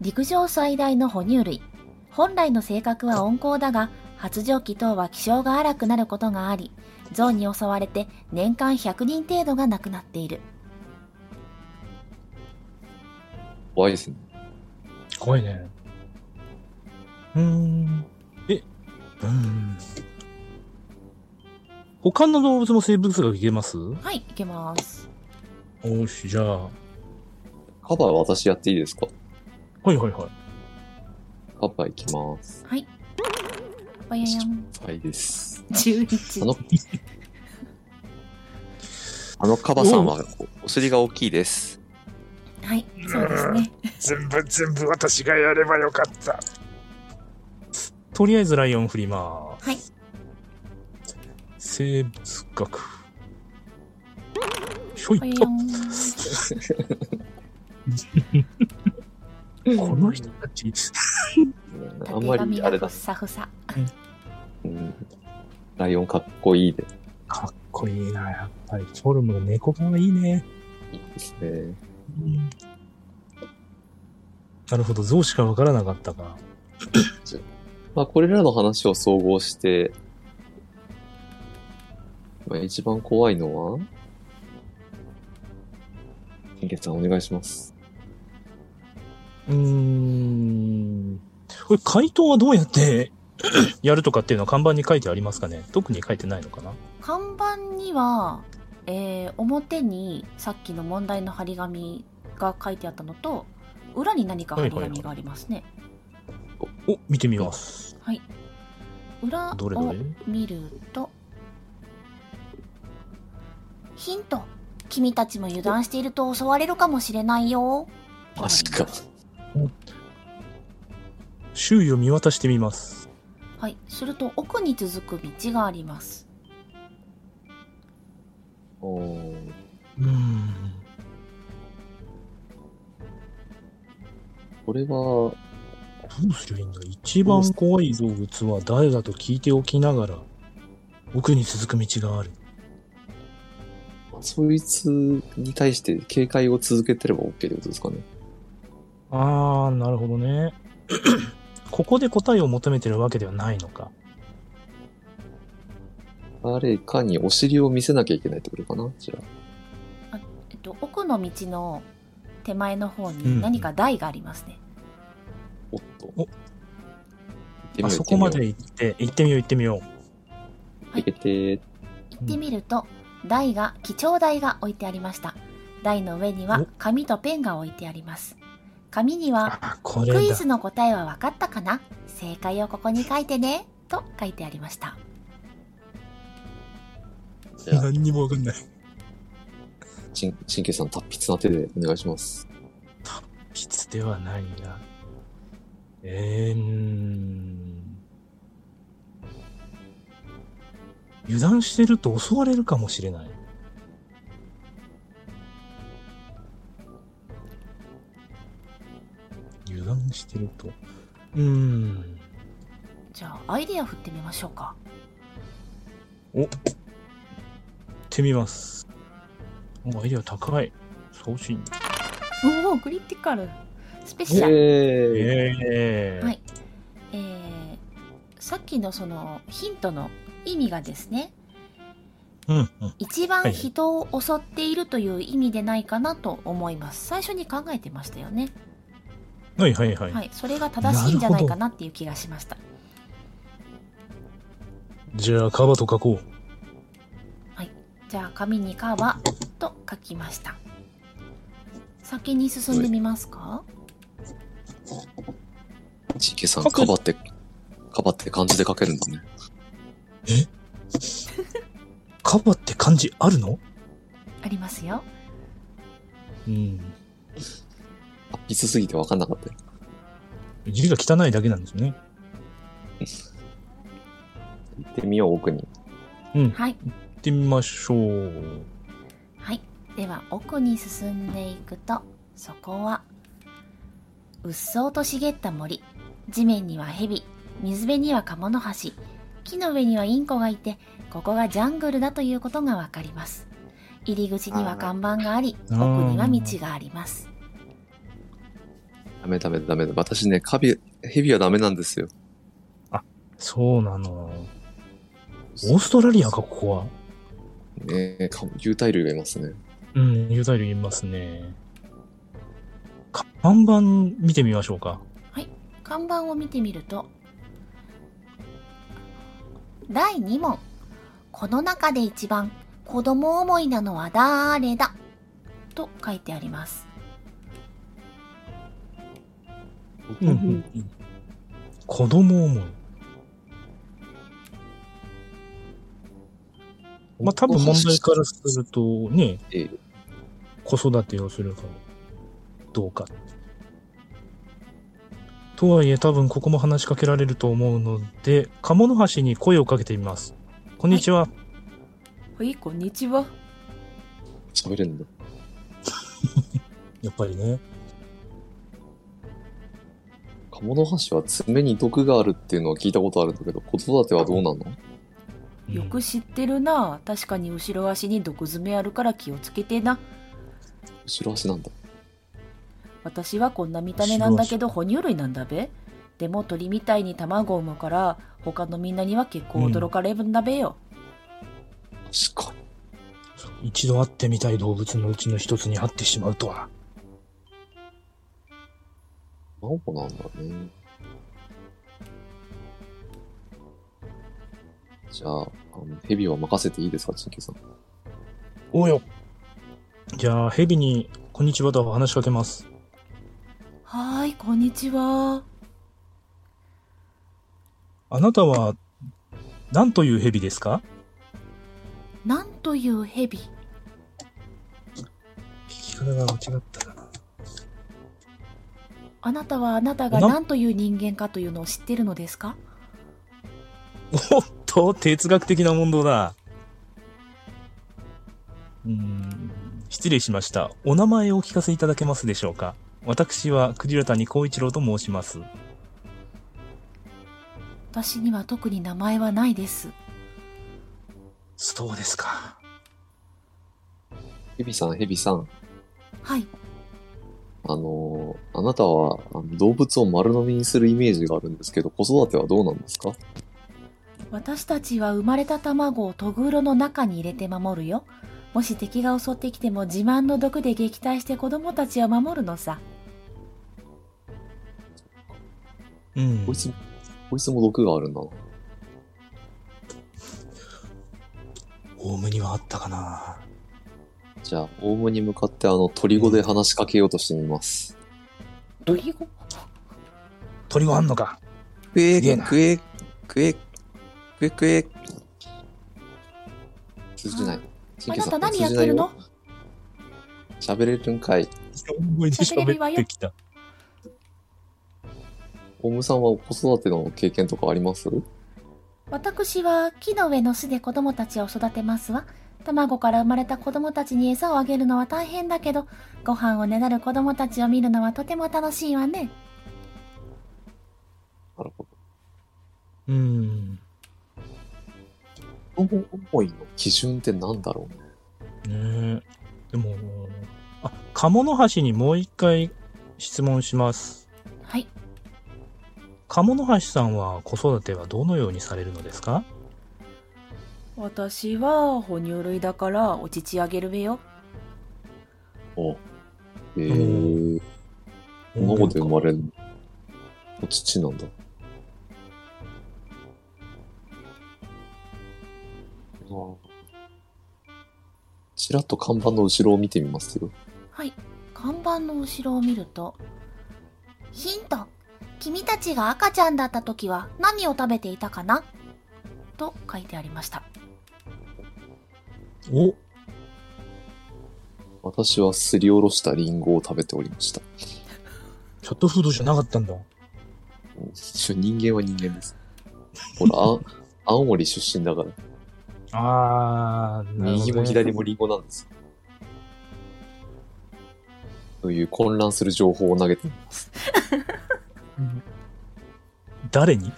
Speaker 1: 陸上最大の哺乳類。本来の性格は温厚だが、発情期等は気性が荒くなることがあり、象に襲われて年間100人程度が亡くなっている。
Speaker 3: 怖いですね。
Speaker 2: た。怖いね。うーん。え、うーん。他の動物も生物学いけます
Speaker 1: はい、いけます。
Speaker 2: よし、じゃあ。は
Speaker 3: カバは私やっていいですか
Speaker 2: いはいはい。
Speaker 3: カバ行きます。
Speaker 1: はい。ばややん。
Speaker 3: はいです。あ
Speaker 1: 11。
Speaker 3: の、あのカバさんはお尻が大きいです。
Speaker 1: はい、そうですね。
Speaker 4: 全部全部私がやればよかった
Speaker 2: とりあえずライオン振ります。
Speaker 1: はい。
Speaker 2: 生物学。ひょ
Speaker 1: ば
Speaker 2: い
Speaker 1: や
Speaker 2: っ
Speaker 1: や
Speaker 2: と。
Speaker 1: ん。
Speaker 2: この人たち、
Speaker 3: あ
Speaker 1: た
Speaker 3: ん
Speaker 1: て
Speaker 3: ま
Speaker 1: がみ
Speaker 3: り あ
Speaker 1: が
Speaker 3: れ
Speaker 1: ふっ
Speaker 3: だ、
Speaker 1: さふさ。
Speaker 3: うん、ライオンかっこいいで
Speaker 2: かっこいいな、やっぱり。フォルムが猫感がいいね。
Speaker 3: いいですね。
Speaker 2: なるほど、象しかわからなかったか。
Speaker 3: まあ、これらの話を総合して、まあ、一番怖いのは金月さんお願いします。
Speaker 2: うーん。これ、回答はどうやって やるとかっていうのは看板に書いてありますかね特に書いてないのかな
Speaker 1: 看板には、えー表にさっきの問題の張り紙が書いてあったのと裏に何か張り紙がありますね。
Speaker 2: お、見てみます。
Speaker 1: はい。裏
Speaker 2: どれど
Speaker 1: を
Speaker 2: れ
Speaker 1: 見ると、ヒント。君たちも油断していると襲われるかもしれないよ。
Speaker 3: 確か。
Speaker 2: 周囲を見渡してみます。
Speaker 1: はい。すると奥に続く道があります。
Speaker 3: おー
Speaker 2: うーん。
Speaker 3: これは、
Speaker 2: どうすりゃいいんだ一番怖い動物は誰だと聞いておきながら、奥に続く道がある。
Speaker 3: まあそいつに対して警戒を続けてれば OK ってことですかね。
Speaker 2: あー、なるほど ね。ここで答えを求めてるわけではないのか。
Speaker 3: 誰かにお尻を見せなきゃいけないってことかなじゃあ。
Speaker 1: えっと、奥の道の手前の方
Speaker 2: うん
Speaker 1: に何か台がありますね。
Speaker 3: おっと。
Speaker 2: お
Speaker 3: 行ってみよ
Speaker 2: あ
Speaker 3: う
Speaker 2: そこま。
Speaker 3: 行
Speaker 2: で行って、行ってみよう行ってみよ
Speaker 3: ってみよう行けて、
Speaker 1: 行ってみると、台が、貴重台が置いてありました。台の上には
Speaker 2: お
Speaker 1: 紙とペンが置いてあります。紙に
Speaker 2: う。
Speaker 1: は
Speaker 2: あ、こ
Speaker 1: ク
Speaker 2: れ
Speaker 1: イ
Speaker 2: だ
Speaker 1: ズ。の答えは分かったかな正解をここに書いてね。と書いてありました。
Speaker 3: じゃあ、
Speaker 2: 何にもわかんない。
Speaker 3: ちん、ちんけいさん、達筆な手でお願いします。
Speaker 2: きつではないな。えー、うーん。油断してると襲われるかもしれない。油断してると。うーん。
Speaker 1: じゃあ、アイディア振ってみましょうか。
Speaker 2: 行ってみます。おアイデア高い。送信。
Speaker 1: おお、クリティカル。スペ
Speaker 3: え
Speaker 1: シャル。
Speaker 3: ー
Speaker 2: えー。
Speaker 1: はいえー、さっきのそのヒントの意味がですね、
Speaker 2: うんうん。
Speaker 1: 一
Speaker 2: は
Speaker 1: 番
Speaker 2: い
Speaker 1: 人を襲っているという意味でないかなと思います。最初に考えてましたよね。
Speaker 2: はいはいはい。
Speaker 1: はい、それが正しいんじゃないかなっていう気がしました。
Speaker 2: じゃあ、カバと書こう。
Speaker 1: じゃあ紙に「か」はと書きました先に進んでみますか
Speaker 3: ちんけいさん、
Speaker 2: 書く
Speaker 3: かばって、かばって漢字で書けるんだね。
Speaker 2: カバって漢字あるの
Speaker 1: ありますよ
Speaker 2: うん。
Speaker 3: 達筆すぎて分かんなかったよ。
Speaker 2: 字が汚いだけなんですね。
Speaker 3: 行ってみよう、奥に。
Speaker 2: うん。
Speaker 1: はい、
Speaker 2: 行ってみましょう。
Speaker 1: はい、では奥に進んでいくとそこはうっそうと茂った森地面には蛇水辺にはカモノハシ木の上にはインコがいてここがジャングルだということがわかります入り口には看板があり
Speaker 2: あ
Speaker 1: 奥
Speaker 2: ー
Speaker 1: には道があります
Speaker 3: ダメダメダメだ。私ね、カビ、ヘビはダメなんですよ。
Speaker 2: そうなの。オーストラリアか、ここは。
Speaker 3: ねえ、か有袋類がいますね。
Speaker 2: うん、ユダイルいますね。か看板見てみましょうか。
Speaker 1: 看板を見てみると第2問この中で一番子供思いなのは誰だと書いてあります
Speaker 2: うんうんうん。子供思い。まあ多分問題からするとね
Speaker 3: ええ、
Speaker 2: 子育てをするかどうか。とはいえ多分ここも話しかけられると思うので、鴨の橋に声をかけてみます。こんにちは。
Speaker 1: はいこんにちは
Speaker 3: 喋れんだ。
Speaker 2: やっぱりね。
Speaker 3: 鴨の橋は爪に毒があるっていうのは聞いたことあるんだけど、子育てはどうなの
Speaker 2: うん
Speaker 1: よく知ってるな確かに後ろ足に毒爪あるから気をつけてな
Speaker 3: 後ろ足なんだ。
Speaker 1: 私はこんな見た目なんだけど哺乳類なんだべでも鳥みたいに卵を産むから他のみんなには結構驚かれるんだべよ、
Speaker 3: 確か
Speaker 2: 一度会ってみたい動物のうちの一つに会ってしまうとは。
Speaker 3: に。なんかなんだね。じゃあ、あの蛇は任せていいですか、チンキューさん。
Speaker 2: おうよ。じゃあ、ヘビに、こんにちはと話しかけます。
Speaker 1: はーいこんにちは
Speaker 2: あなたは、何というヘビですか
Speaker 1: なんというヘビ
Speaker 2: 聞き方が間違ったな。
Speaker 1: あなたはあなたが
Speaker 2: な
Speaker 1: 何という人間かというのを知ってるのですか
Speaker 2: おっと、哲学的な問答だ。うーん、失礼しました。お名前をお聞かせいただけますでしょうか私は、クジラ谷光一郎と申します。
Speaker 1: 私には特に名前はないです
Speaker 2: そうですか。
Speaker 3: 蛇さん、蛇さん。
Speaker 1: はい
Speaker 3: あのーあなたはあの動物を丸飲みにするイメージがあるんですけど、子育てはどうなんですか
Speaker 1: 私たちは生まれた卵をトグロの中に入れて守るよもし敵が襲ってきても自慢の毒で撃退して子供たちは守るのさ
Speaker 2: うん
Speaker 3: こい。つ、こいつも毒があるんだな。
Speaker 2: オウムにはあったかな。
Speaker 3: じゃあ、オウムに向かってあの、鳥語で話しかけようとしてみます。
Speaker 1: どぎご
Speaker 2: 鳥があんのか
Speaker 3: クエ
Speaker 2: すげえな
Speaker 3: クエクエクエクエ通じない。チン
Speaker 1: あ
Speaker 3: ケ
Speaker 1: な
Speaker 3: さん
Speaker 1: た何やってるの
Speaker 3: 通じないよ喋れるんかい。
Speaker 2: 大声で喋ってきた。
Speaker 3: オウムさんは子育ての経験とかあります
Speaker 1: 私は木の上の巣で子供たちを育てますわ卵から生まれた子供たちに餌をあげるのは大変だけどご飯をねだる子供たちを見るのはとても楽しいわね
Speaker 3: なるほ
Speaker 2: うん。
Speaker 3: ど。子供思いの基準ってなんだろうね。
Speaker 2: ねえ。でも、あ、鴨の橋にもう一回質問します。
Speaker 1: はい
Speaker 2: 鴨の橋さんは子育てはどのようにされるのですか
Speaker 1: 私は哺乳類だからお乳あげるべよ
Speaker 3: お
Speaker 2: う
Speaker 3: えー、卵で生まれるの。お父なんだ。ああちらっと看板の後ろを見てみますよ。
Speaker 1: はい看板の後ろを見るとヒント君たちが赤ちゃんだった時は何を食べていたかなと書いてありました
Speaker 2: お、
Speaker 3: 私はすりおろしたリンゴを食べておりました。
Speaker 2: キャットフードじゃなかったんだ。
Speaker 3: 一応人間は人間です。ほら、あん青森出身だから、
Speaker 2: あー、なるほどね
Speaker 3: 右も左も。リンゴなんですよ。という混乱する情報を投げてみます
Speaker 2: 誰に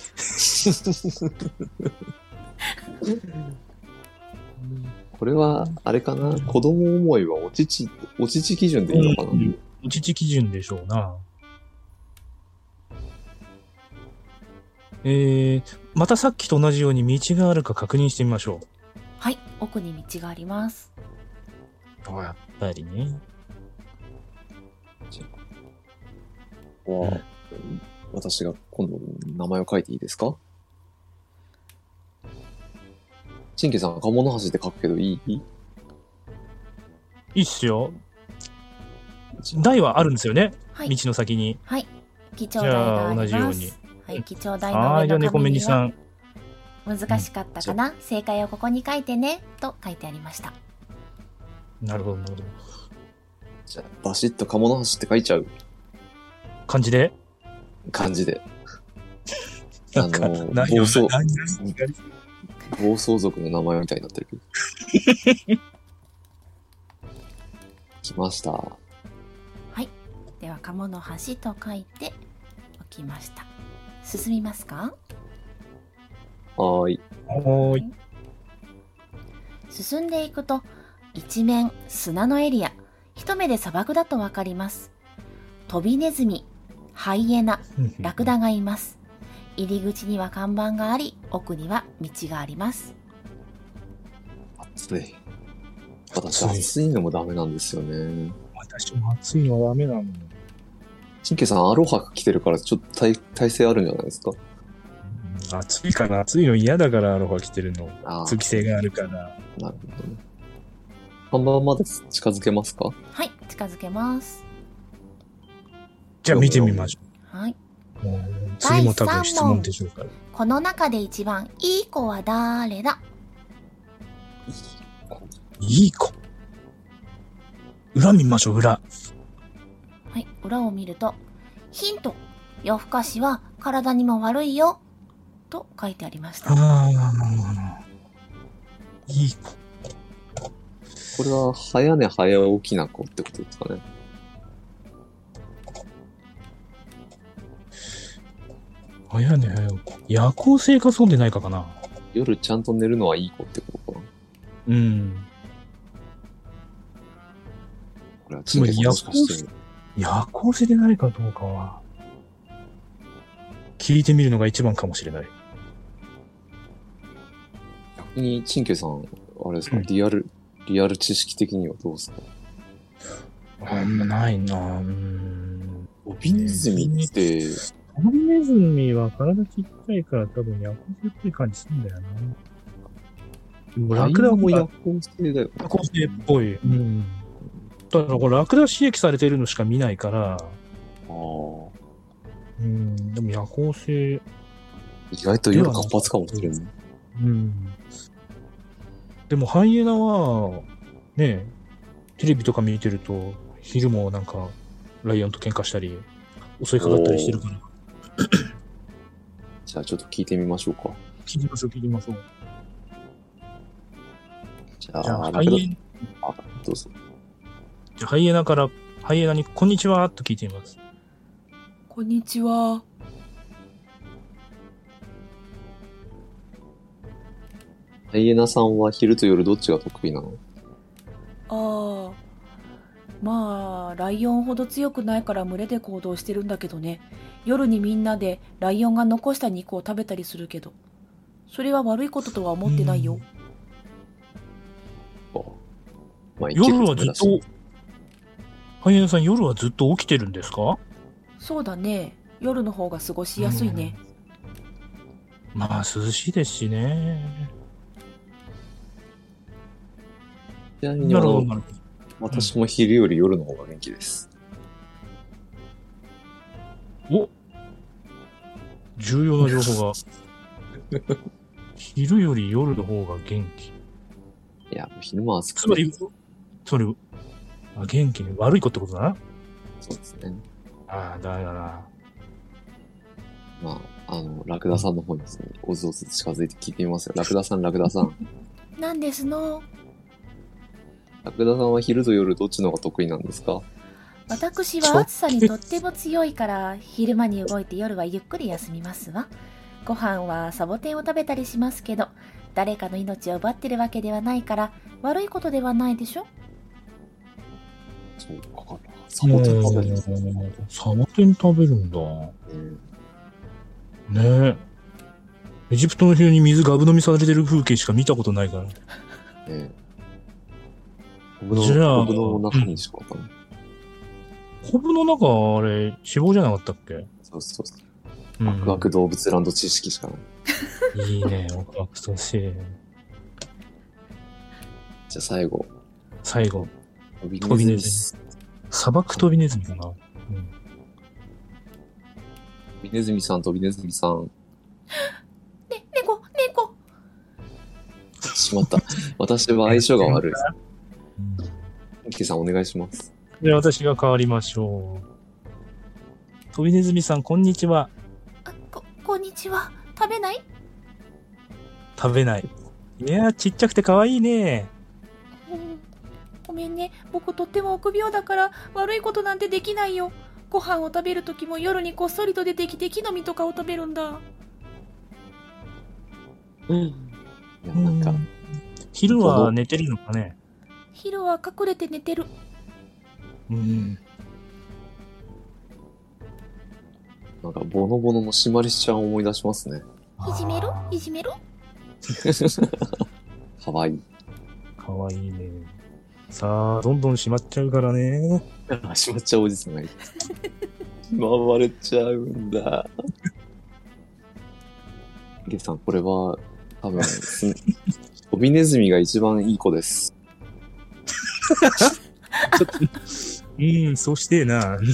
Speaker 3: これは、あれかな子供思いはお乳、お乳基準でいいのかな、
Speaker 2: うんお乳基準でしょうな。えー、またさっきと同じように道があるか確認してみましょう。
Speaker 1: はい奥に道があります
Speaker 2: やっぱりね。
Speaker 3: ここは私が今度名前を書いていいですかチンケさん、鴨の橋って書くけどいい
Speaker 2: いいっすよ。台はあるんですよね、
Speaker 1: はい
Speaker 2: 道の先に。
Speaker 1: はい貴重台があります
Speaker 2: じゃあ同じよ
Speaker 1: はい貴重台の
Speaker 2: ああ、じ
Speaker 1: 上
Speaker 2: ゃ
Speaker 1: の
Speaker 2: あ猫
Speaker 1: 紙
Speaker 2: 目
Speaker 1: に
Speaker 2: にさ
Speaker 1: は
Speaker 2: ん。
Speaker 1: 難しかったかな正解をここに書いてねと書いてありました
Speaker 2: なるほど、なるほど。
Speaker 3: じゃあ、バシッと鴨の橋って書いちゃう
Speaker 2: 感じで
Speaker 3: 感じで。あ
Speaker 2: な
Speaker 3: の
Speaker 2: んか、
Speaker 3: ー
Speaker 2: 内容
Speaker 3: 暴走
Speaker 2: が内
Speaker 3: 暴走族の名前 みたいになってるけど。来ました。
Speaker 1: 鴨の橋と書いておきました進みますか
Speaker 3: はーい。
Speaker 2: はーい。
Speaker 1: 進んでいくと一面砂のエリア一目で砂漠だとわかります飛びネズミハイエナラクダがいます入り口には看板があり奥には道があります
Speaker 3: 暑い。私、暑いのもダメなんですよね。
Speaker 2: 私も暑いのはダメなのよ。
Speaker 3: 神経さん、アロハ着てるから、ちょっと体体勢あるんじゃないですか
Speaker 2: うん暑いかな暑いの嫌だからアロハ着てるの。
Speaker 3: ああ、
Speaker 2: 通気性があるから。
Speaker 3: なるほどね。看板まで近づけますか
Speaker 1: はい近づけます
Speaker 2: じゃあ見てみましょ。
Speaker 1: はいう
Speaker 2: もう次も多分質問でしょうから。
Speaker 1: この中で一番いい子は誰だ
Speaker 2: いい子。裏見ましょう、裏。
Speaker 1: はい裏を見るとヒント夜更かしは体にも悪いよと書いてありました
Speaker 2: ああ、いい子。
Speaker 3: これは、早寝早起きな子ってことですかね。
Speaker 2: 早寝早起き。夜行性かそうでないかかな。
Speaker 3: 夜ちゃんと寝るのはいい子ってことかな。
Speaker 2: うん。
Speaker 3: これは
Speaker 2: つまり
Speaker 3: 神経さんもしかして
Speaker 2: 夜行性でないかどうかは、聞いてみるのが一番かもしれない。
Speaker 3: 逆に、チンケイさん、あれですか、
Speaker 2: うん
Speaker 3: リアル、リアル知識的にはどうですか
Speaker 2: あんまないなうん。
Speaker 3: オビネズミって、
Speaker 2: このネズミは体ちっちゃいから多分夜行性っぽい感じするんだよな。ラクダ
Speaker 3: も
Speaker 2: も
Speaker 3: 夜
Speaker 2: 夜
Speaker 3: 行性だよ。
Speaker 2: 行性っぽい。うん。だからこれラクダ刺激されてるのしか見ないから、
Speaker 3: あ
Speaker 2: うん、でも夜行性、
Speaker 3: あ。意外と夜活発かもしれない。
Speaker 2: うん。でもハイエナは、ねえ、テレビとか見てると、昼もなんか、ライオンと喧嘩したり、襲いかかったりしてるから、
Speaker 3: じゃあちょっと聞いてみましょうか。
Speaker 2: 聞きましょう、聞きましょう。
Speaker 3: じゃ
Speaker 2: じゃ
Speaker 3: あ、
Speaker 2: あ、ハ
Speaker 3: ラク
Speaker 2: イエ
Speaker 3: ダ
Speaker 2: ナ、
Speaker 3: あどうぞ。
Speaker 2: じゃあハイエナから、ハイエナに、こんにちはと聞いてみます。
Speaker 1: こんにちは
Speaker 3: ハイエナさんは昼と夜どっちが得意なの
Speaker 1: ああまあライオンほど強くないから群れで行動してるんだけどね夜にみんなでライオンが残した肉を食べたりするけどそれは悪いこととは思ってないよ、
Speaker 2: うん
Speaker 3: あまあ、生き
Speaker 2: 夜
Speaker 3: る
Speaker 2: は
Speaker 3: た
Speaker 2: ず
Speaker 3: め
Speaker 2: っ
Speaker 3: だし
Speaker 2: と、ハイエナさん、夜はずっと起きてるんですか
Speaker 1: そうだね夜の方が過ごしやすいね、
Speaker 2: まあ、涼しいですしね。
Speaker 3: ちなみに
Speaker 2: な
Speaker 3: あ
Speaker 2: るほど、
Speaker 3: の
Speaker 2: なるほど。
Speaker 3: 私も昼より夜の方が元気です。
Speaker 2: お重要な情 報が。昼より夜の方が元気。
Speaker 3: いや、昼間は暑くて
Speaker 2: つまり、つまり、あ元気に悪い子ってことだな。
Speaker 3: そうですね。
Speaker 2: ああ、だめだな。
Speaker 3: まあ、あの、ラクダさんの方にですね、おずおず近づいて聞いてみますよ。ラクダさん、ラクダさん。
Speaker 1: なんですの
Speaker 3: ラクダさんは昼と夜どっちの方が得意なんですか
Speaker 1: 私は暑さにとっても強いから昼間に動いて夜はゆっくり休みますわご飯はサボテンを食べたりしますけど誰かの命を奪ってるわけではないから悪いことではないでしょ
Speaker 3: そうかかサボテン食べるんですね。
Speaker 2: サボテン食べるんだ。ねえ。エジプトの冬に水ガブ飲みされてる風景しか見たことないから。
Speaker 3: ええ。僕の、
Speaker 2: じゃあ
Speaker 3: 僕の中にしかわかんない。
Speaker 2: コブの中、あれ、死亡じゃなかったっけ
Speaker 3: そうそうそう。
Speaker 2: う
Speaker 3: ワクワク動物ランド知識しかない。
Speaker 2: いいね、ワクワクとして。
Speaker 3: じゃあ最後、
Speaker 2: 最後、
Speaker 3: 飛
Speaker 2: び
Speaker 3: び
Speaker 2: ネズミ
Speaker 3: ズミ。
Speaker 2: 砂漠飛びネズミかな。
Speaker 3: 飛びネズミさん、飛びネズミさん。
Speaker 1: ね猫猫
Speaker 3: しまった。私は相性が悪い。
Speaker 2: うん
Speaker 3: ミッキーさん、お願いします。
Speaker 2: で、私が変わりましょう。飛びネズミさん、こんにちは。
Speaker 1: あここんにちは食べない
Speaker 2: 食べない。いやー、ちっちゃくて可愛いね。
Speaker 1: うんごめんね僕とっても臆病だから悪いことなんてできないよ
Speaker 5: ご飯を食べる時も夜にこっそりと出てきて木の実とかを食べるんだ
Speaker 3: うん。いや、
Speaker 2: う
Speaker 3: なん
Speaker 2: ん
Speaker 3: か、
Speaker 2: 昼は寝てるのかね。
Speaker 5: 昼は隠れて寝てる
Speaker 2: うん。
Speaker 3: なんか、ボノボノのシマリスちゃんを思い出しますね。
Speaker 5: いじめるいじめる
Speaker 3: かわいい。
Speaker 2: かわいいね。さあ、どんどん閉まっちゃうからね。
Speaker 3: しまっちゃうおじさんがいる。回れちゃうんだ。ゲさん、これは、多分、 すオビネズミが一番いい子です。
Speaker 2: うん、そうしてえな。 で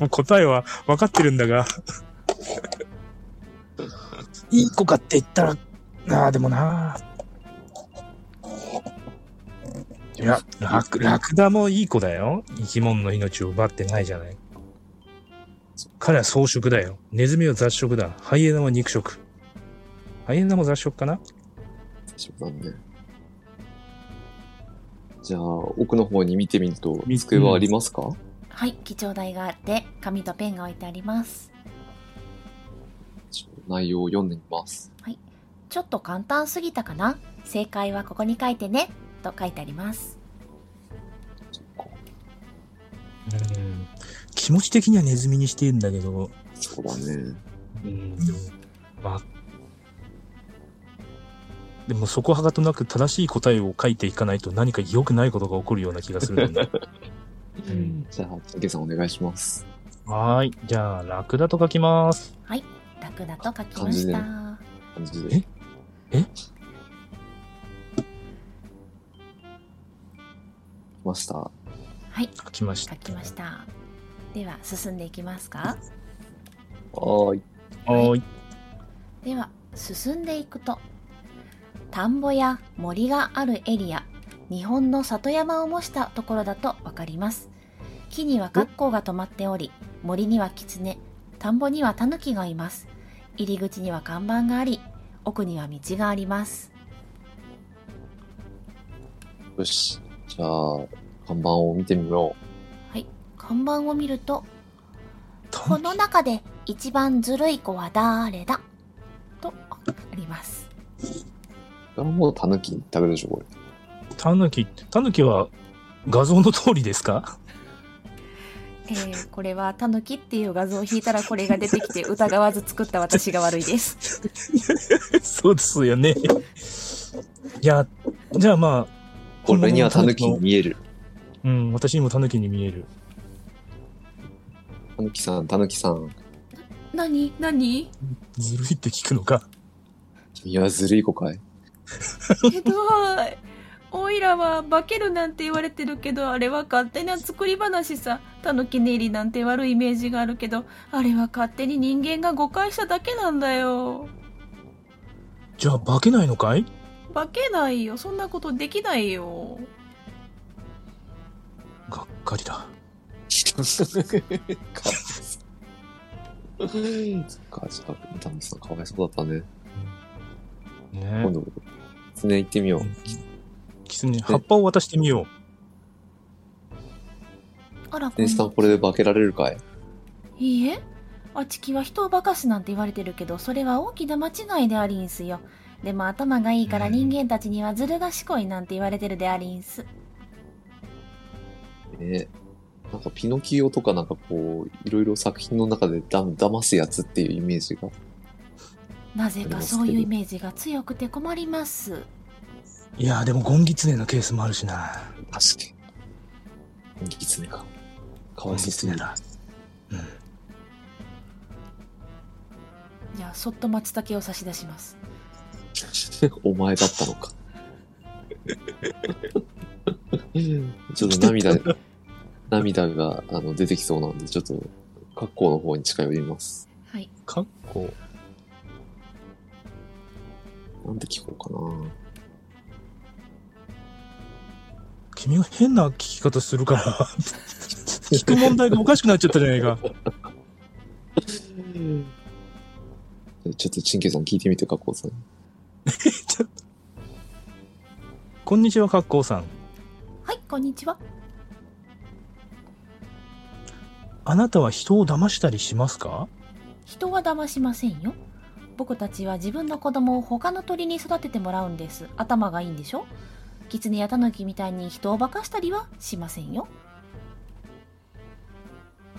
Speaker 2: も答えは分かってるんだが。いい子かって言ったら、なあ、でもな。いや、ラクラクダもいい子だよ。生き物の命を奪ってないじゃない。彼は草食だよ。ネズミは雑食だ。ハイエナは肉食。ハイエナも雑食かな
Speaker 3: そうだね。じゃあ、奥の方に見てみると、
Speaker 2: み
Speaker 3: 机はありますか、
Speaker 1: はい、貴重台があって、紙とペンが置いてあります。
Speaker 3: ちょっと内容を読んでみます。
Speaker 1: ちょっと簡単すぎたかな正解はここに書いてね、と書いてあります。
Speaker 2: うん。気持ち的にはネズミにしてるんだけど、
Speaker 3: そうだね。
Speaker 2: うんでも、まあ、でもそこはかとなく正しい答えを書いていかないと何か良くないことが起こるような気がするんだよね。うん
Speaker 3: じゃあ、ゲさんお願いします。
Speaker 2: はーい。じゃあ、ラクダと書きます。
Speaker 1: ラクダと書きました。
Speaker 3: 感じで。
Speaker 2: ええ
Speaker 3: 来ました。
Speaker 1: はい、
Speaker 2: 書きました。
Speaker 1: 書きました。では、進んでいきますか
Speaker 3: はーい。
Speaker 2: たはーい。
Speaker 1: では進んでいくと田んぼや森があるエリア日本の里山を模したところだとわかります木にはカッコウが止まっており森にはキツネ田んぼにはタヌキがいます入り口には看板があり奥には道があります
Speaker 3: よし。じゃあ、看板を見てみよ
Speaker 1: はい看板を見ると「
Speaker 2: た
Speaker 1: この中で一番ずるい子は誰だ?」とあります
Speaker 3: う。これはもうタヌキ一択でしょ、これ。
Speaker 2: タヌキって、タヌキは画像の通りです か
Speaker 1: えーこれは「タヌキ」っていう画像を引いたらこれが出てきて疑わず作った私が悪いです
Speaker 2: そうですよね。いや、じゃあまあ、
Speaker 3: これにはタヌキに見える。
Speaker 2: うん、私にもタヌキに見える。
Speaker 3: タヌキさん、タヌキさん。
Speaker 5: 何何
Speaker 2: ずるいって聞くのか。
Speaker 3: 君はずるい子かい
Speaker 5: ひどいおいらは化けるなんて言われてるけどあれは勝手な作り話さタヌキネイリなんて悪いイメージがあるけどあれは勝手に人間が誤解しただけなんだよ
Speaker 2: じゃあ、化けないのかい
Speaker 5: 化けないよそんなことできないよ
Speaker 2: がっかりだ。
Speaker 3: か そっか、ちょっと、タヌキさんかわいそうだったね。
Speaker 2: ね
Speaker 3: 今度、常行ってみよう。
Speaker 2: キツネ、葉っぱを渡してみよう。
Speaker 5: あら
Speaker 3: ネ
Speaker 5: こん
Speaker 3: イさん、これで化けられるかい
Speaker 5: いいえあちきは人を化かすなんて言われてるけどそれは大きな間違いでありんすよ
Speaker 1: でも頭がいいから
Speaker 2: うん
Speaker 1: 人間たちにはずる賢いなんて言われてるでありんす。
Speaker 3: ねなんかピノキオとかなんかこう、いろいろ作品の中でだ騙すやつっていうイメージが。
Speaker 1: なぜかそういうイメージが強くて困ります。
Speaker 2: いやーでもゴンギツネのケースもあるしな。
Speaker 3: 確かに。キツネか。かわいそうすぎる。
Speaker 2: だ。
Speaker 5: じゃあそっと松茸を差し出します
Speaker 3: お前だったのか。ちょっと涙、涙があの出てきそうなんで、ちょっと、格好の方に近寄ります。
Speaker 1: はい。
Speaker 2: かっこ。
Speaker 3: なんて聞こうかな。
Speaker 2: 君は変な聞き方するから。聞く問題がおかしくなっちゃったじゃないか。
Speaker 3: ちょっと、チンケイさん聞いてみて、格好さん。
Speaker 2: こんにちは、かっこうさん。
Speaker 5: はいこんにちは
Speaker 2: あなたは人を騙したりしますか
Speaker 1: 人は騙しませんよ僕たちは自分の子供を他の鳥に育ててもらうんです頭がいいんでしょキツネやタヌキみたいに人を化かしたりはしませんよ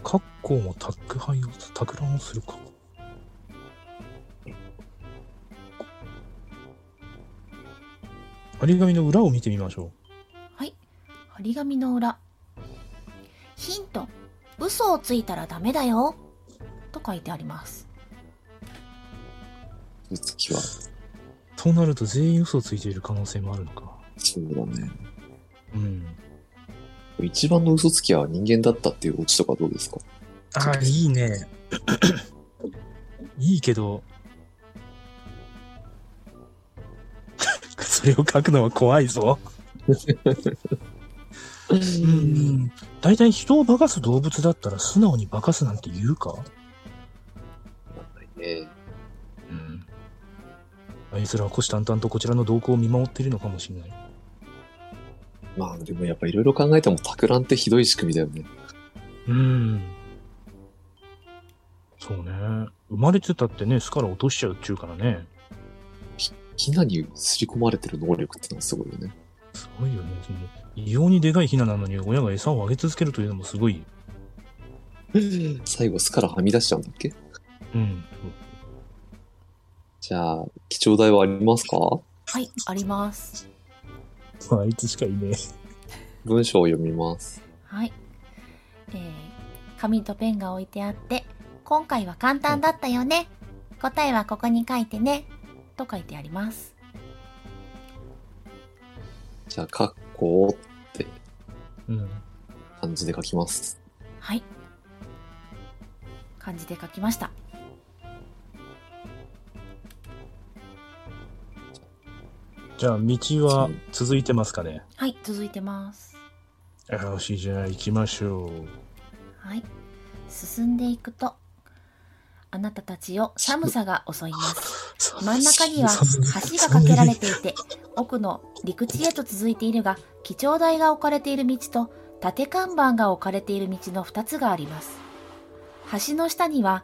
Speaker 2: 格好も宅配を宅乱をするか張り紙の裏を見てみましょ
Speaker 1: はい張り紙の裏ヒント嘘をついたらダメだよと書いてあります
Speaker 3: うつきは、
Speaker 2: うとなると全員嘘をついている可能性もあるのか
Speaker 3: そうだね。
Speaker 2: うん
Speaker 3: 一番の嘘つきは人間だったっていうオチとかどうですか
Speaker 4: はい。
Speaker 2: いい ねいいけどそれを書くのは怖いぞうん大体人を化かす動物だったら素直に化かすなんて言うか
Speaker 3: ね
Speaker 2: うんあいつらは虎視眈々とこちらの動向を見守っているのかもしれない
Speaker 3: まあでもやっぱいろいろ考えても、宅乱ってひどい仕組みだよね。
Speaker 2: うんそうね生まれてたってね巣から落としちゃうっちゅうからね
Speaker 3: ひなに刷り込まれてる能力ってのはすごいよね。
Speaker 2: すごいよねその異様にでかいヒナなのに親が餌をあげ続けるというのもすごい
Speaker 3: 最後、巣からはみ出しちゃうんだっけ
Speaker 2: うん
Speaker 3: じゃあ、貴重代はありますか
Speaker 1: はいあります
Speaker 2: あいつしかいね
Speaker 3: 文章を読みます。
Speaker 1: はい、えー紙とペンが置いてあって今回は簡単だったよね答えはここに書いてねと書いてあります
Speaker 3: じゃあ、カッコを
Speaker 2: えうん
Speaker 3: 漢字で書きます。
Speaker 1: はい漢字で書きました
Speaker 2: じゃあ道は続いてますかね
Speaker 1: はい続いてます
Speaker 2: よしじゃあ行きましょう
Speaker 1: はい進んでいくとあなたたちを寒さが襲います真ん中には橋が架けられていて奥の陸地へと続いているが基調台が置かれている道と縦看板が置かれている道の2つがあります橋の下には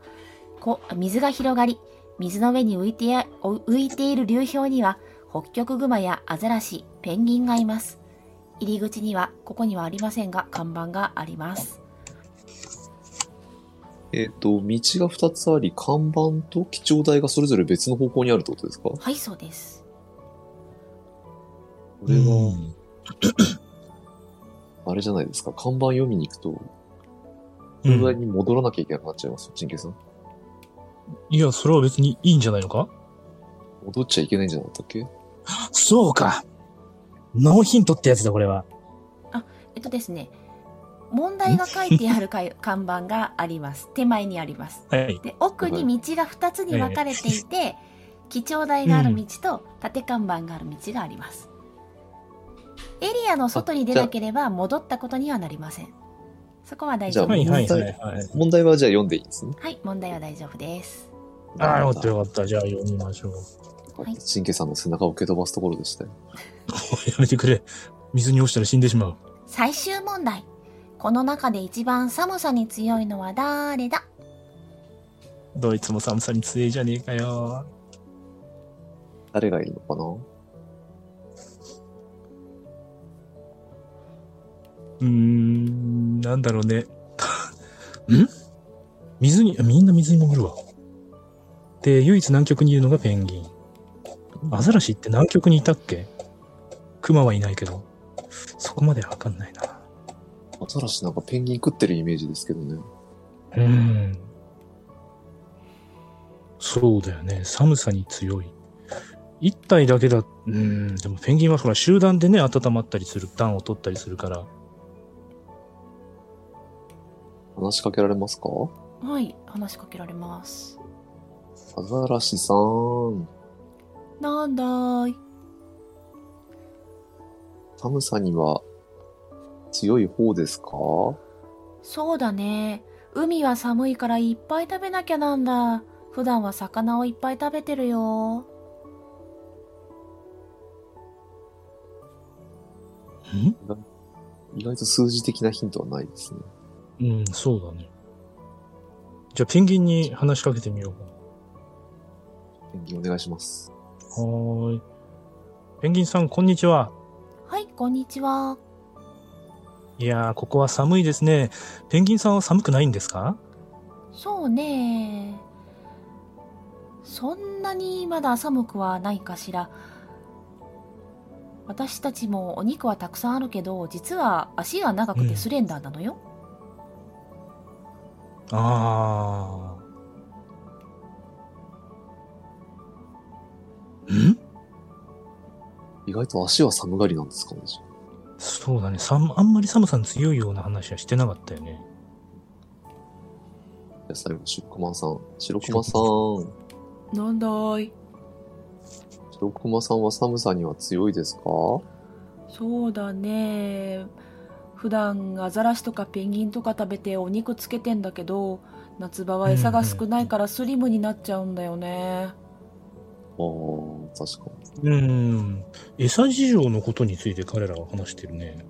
Speaker 1: こ水が広がり水の上に浮いてや浮いている流氷には北極熊やアザラシペンギンがいます入り口にはここにはありませんが看板があります
Speaker 3: えっ、と、道が2つあり、看板と貴重台がそれぞれ別の方向にあるってことですかこ
Speaker 1: はいそうです
Speaker 3: れ
Speaker 2: う
Speaker 3: は、
Speaker 2: ん
Speaker 3: あれじゃないですか。看板読みに行くと、貴重台に戻らなきゃいけなくなっちゃいますよ、陳慶さん。
Speaker 2: いやそれは別にいいんじゃないのか
Speaker 3: 戻っちゃいけないんじゃなかったっけ
Speaker 2: そうかノーヒントってやつだこれは
Speaker 1: えっとですね問題が書いてあるか看板があり ます手前にあります
Speaker 2: はい
Speaker 1: で奥に道が2つに分かれていて、基調台がある道と縦看板がある道があります、エリアの外に出なければ戻ったことにはなりませんそこは大丈夫
Speaker 3: じゃあ
Speaker 2: はい
Speaker 1: です
Speaker 2: はいはいはい
Speaker 3: 問題はじゃあ読んでいいんですね。
Speaker 1: はい問題は大丈夫です
Speaker 2: ああよかったよかったじゃあ読みま しょう
Speaker 1: はい
Speaker 3: 神経さんの背中を蹴飛ばすところでしたよ。
Speaker 2: やめてくれ水に落ちたら死んでしまう
Speaker 1: 最終問題この中で一番寒さに強いのは誰だ
Speaker 2: どいつも寒さに強いじゃねえかよ
Speaker 3: 誰がいるのかな
Speaker 2: うーん なんだろうねん水にみんな水に潜るわで唯一南極にいるのがペンギンアザラシって南極にいたっけクマはいないけどそこまでわかんないな
Speaker 3: アザラシなんかペンギン食ってるイメージですけどね。
Speaker 2: うーんそうだよね寒さに強い一体だけだうーんでもペンギンはほら集団でね温まったりする暖を取ったりするから
Speaker 3: 話しかけられますか
Speaker 1: はい話しかけられます
Speaker 3: アザラシさん、
Speaker 1: なんだーい
Speaker 3: 寒さには強い方ですか
Speaker 1: そうだね。海は寒いからいっぱい食べなきゃなんだ。普段は魚をいっぱい食べてるよ。
Speaker 2: ん
Speaker 3: 意外と数字的なヒントはないですね。
Speaker 2: うん、そうだね。じゃあペンギンに話しかけてみようかな。
Speaker 3: ペンギンお願いします。
Speaker 2: はーい。ペンギンさん、こんにちは。
Speaker 1: はい、こんにちは。
Speaker 2: いやー、ここは寒いですね。ペンギンさんは寒くないんですか
Speaker 1: そうねそんなにまだ寒くはないかしら私たちもお肉はたくさんあるけど実は足が長く
Speaker 2: う
Speaker 1: て
Speaker 2: ん
Speaker 1: スレンダーなのよ、
Speaker 2: あー。ん
Speaker 3: 意外と足は寒がりなんですかね。じゃあ
Speaker 2: そうだね。寒あんまり寒さに強いような話はしてなかったよね。
Speaker 3: じゃあ最後、シュックマンさん。白熊さん。
Speaker 5: なんだい
Speaker 3: 白熊さんは寒さには強いですか
Speaker 5: そうだね普段アザラシとかペンギンとか食べてお肉つけてんだけど夏場は餌が少ないからスリムになっちゃうんだよね、
Speaker 3: ああ、確かに。
Speaker 2: うーん。餌事情のことについて彼らは話してるね。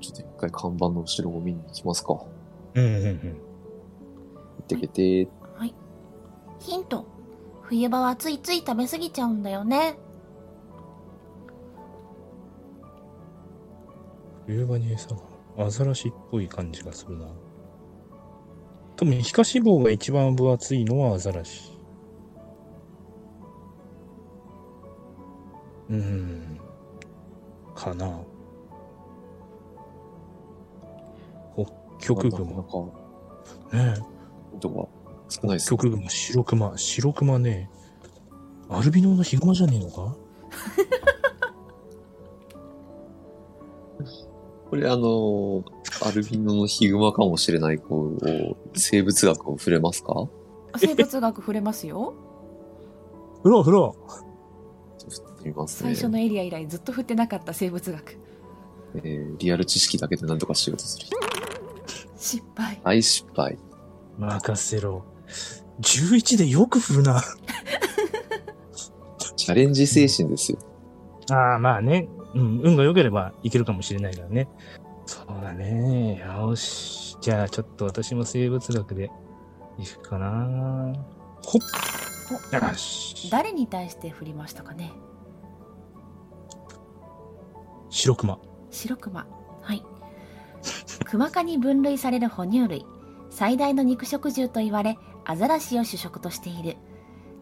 Speaker 3: ちょっと一回看板の後ろを見に行きますか。行
Speaker 2: うんうんうん。
Speaker 3: ってけて。
Speaker 1: ヒント冬場はついつい食べ過ぎちゃうんだよね
Speaker 2: 冬場に餌がアザラシっぽい感じがするな。多分、皮下脂肪が一番分厚いのはアザラシ。うーん。かな。北極
Speaker 3: なかな
Speaker 2: 熊。
Speaker 3: か、
Speaker 2: ね
Speaker 3: 人が少ないです
Speaker 2: 北極熊、白熊、白熊ね。アルビノのヒグマじゃねえのか
Speaker 3: これあのー、アルビノのヒグマかもしれない子を、生物学を触れますか
Speaker 5: 生活学触れますよ
Speaker 2: 風呂、風呂。
Speaker 3: ちょっと振ってみます
Speaker 5: 最
Speaker 3: ね。
Speaker 5: 初のエリア以来ずっと振ってなかった生物学
Speaker 3: えーリアル知識だけで何とかしようとする。
Speaker 5: 失敗
Speaker 3: 大失敗。
Speaker 2: 任せろ。11でよく振るな。
Speaker 3: チャレンジ精神ですよ。
Speaker 2: ああ、まあね。うん、運が良ければいけるかもしれないからね。そうだね。よし。じゃあ、ちょっと私も生物学でいくかな。ほっ。よし。
Speaker 1: 誰に対して振りましたかね
Speaker 2: 白熊。
Speaker 1: 白クマはいクマ科に分類される哺乳類最大の肉食獣と言われアザラシを主食としている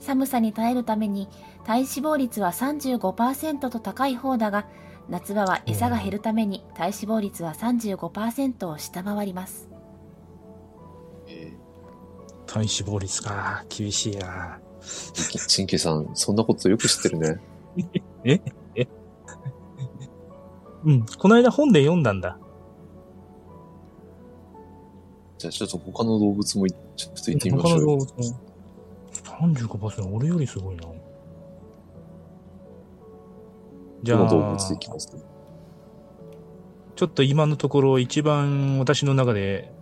Speaker 1: 寒さに耐えるために体脂肪率は35%と高い方だが夏場は餌が減るために体脂肪率は35%を下回ります
Speaker 3: え
Speaker 2: 体脂肪率か。厳しいな。
Speaker 3: ー、チンケさん、そんなことよく知ってるね。
Speaker 2: うん。この間本で読んだんだ。
Speaker 3: じゃあちょっと他の動物もいちょっと行ってみま
Speaker 2: 他
Speaker 3: しょ
Speaker 2: の
Speaker 3: う
Speaker 2: 動
Speaker 3: よ。
Speaker 2: 物も。35%俺よりすごいな。じ
Speaker 3: ど
Speaker 2: ゃ
Speaker 3: の
Speaker 2: あ、
Speaker 3: 動物行きますか
Speaker 2: ちょっと今のところ一番私の中で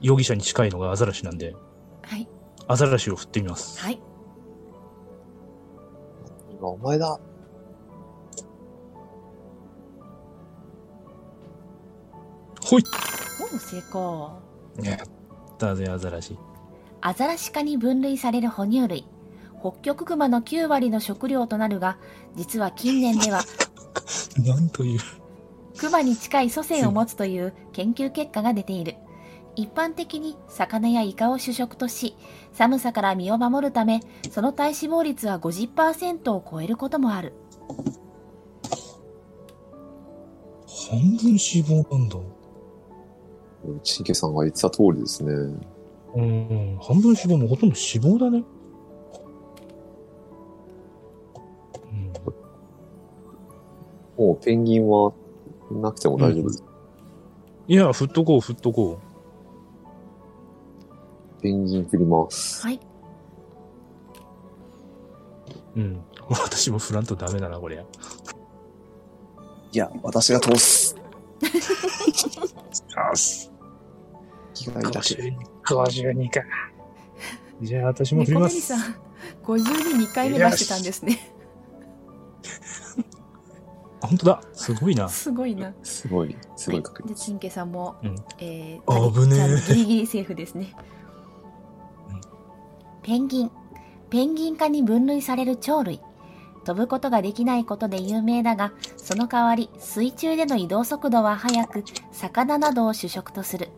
Speaker 2: 容疑者に近いのがアザラシなんで、
Speaker 5: はい
Speaker 2: アザラシを振ってみます。
Speaker 1: はい
Speaker 3: 今、お前だ。
Speaker 2: ほい
Speaker 1: おお成功
Speaker 2: やったぜ、アザラシ。
Speaker 1: アザラシ科に分類される哺乳類北極熊の9割の食料となるが実は近年では
Speaker 2: なんという。
Speaker 1: クマに近い祖先を持つという研究結果が出ている一般的に魚やイカを主食とし寒さから身を守るためその体脂肪率は50%を超えることもある
Speaker 2: 半分脂肪なんだ。
Speaker 3: チンケさんが言ってた通りですね。
Speaker 2: うん、半分脂肪もほとんど脂肪だね。うん、
Speaker 3: もうペンギンはなくても大丈夫です。
Speaker 2: いや、振っとこう、振っとこ
Speaker 3: ペンギン振ります。
Speaker 1: はい
Speaker 2: うん。うん。私も振らんとダメだな、これ。
Speaker 3: いや、私が通す。
Speaker 4: よし。
Speaker 3: 被害だけ。
Speaker 4: 52か。
Speaker 2: じゃあ、私も振り
Speaker 5: 猫
Speaker 2: ま
Speaker 5: 谷
Speaker 2: す
Speaker 5: さ。ん5 2回目出してたんですね
Speaker 2: あ本当だ。すごいな。
Speaker 5: すごいな。
Speaker 3: すごい、すごい確
Speaker 5: で、
Speaker 3: 率。
Speaker 5: チンケさんも、
Speaker 2: うん
Speaker 5: え
Speaker 2: あぶねえ
Speaker 5: ちゃんギリギリセーフですね。
Speaker 1: ペンギン。ペンギン科に分類される鳥類。飛ぶことができないことで有名だが、その代わり水中での移動速度は速く、魚などを主食とする。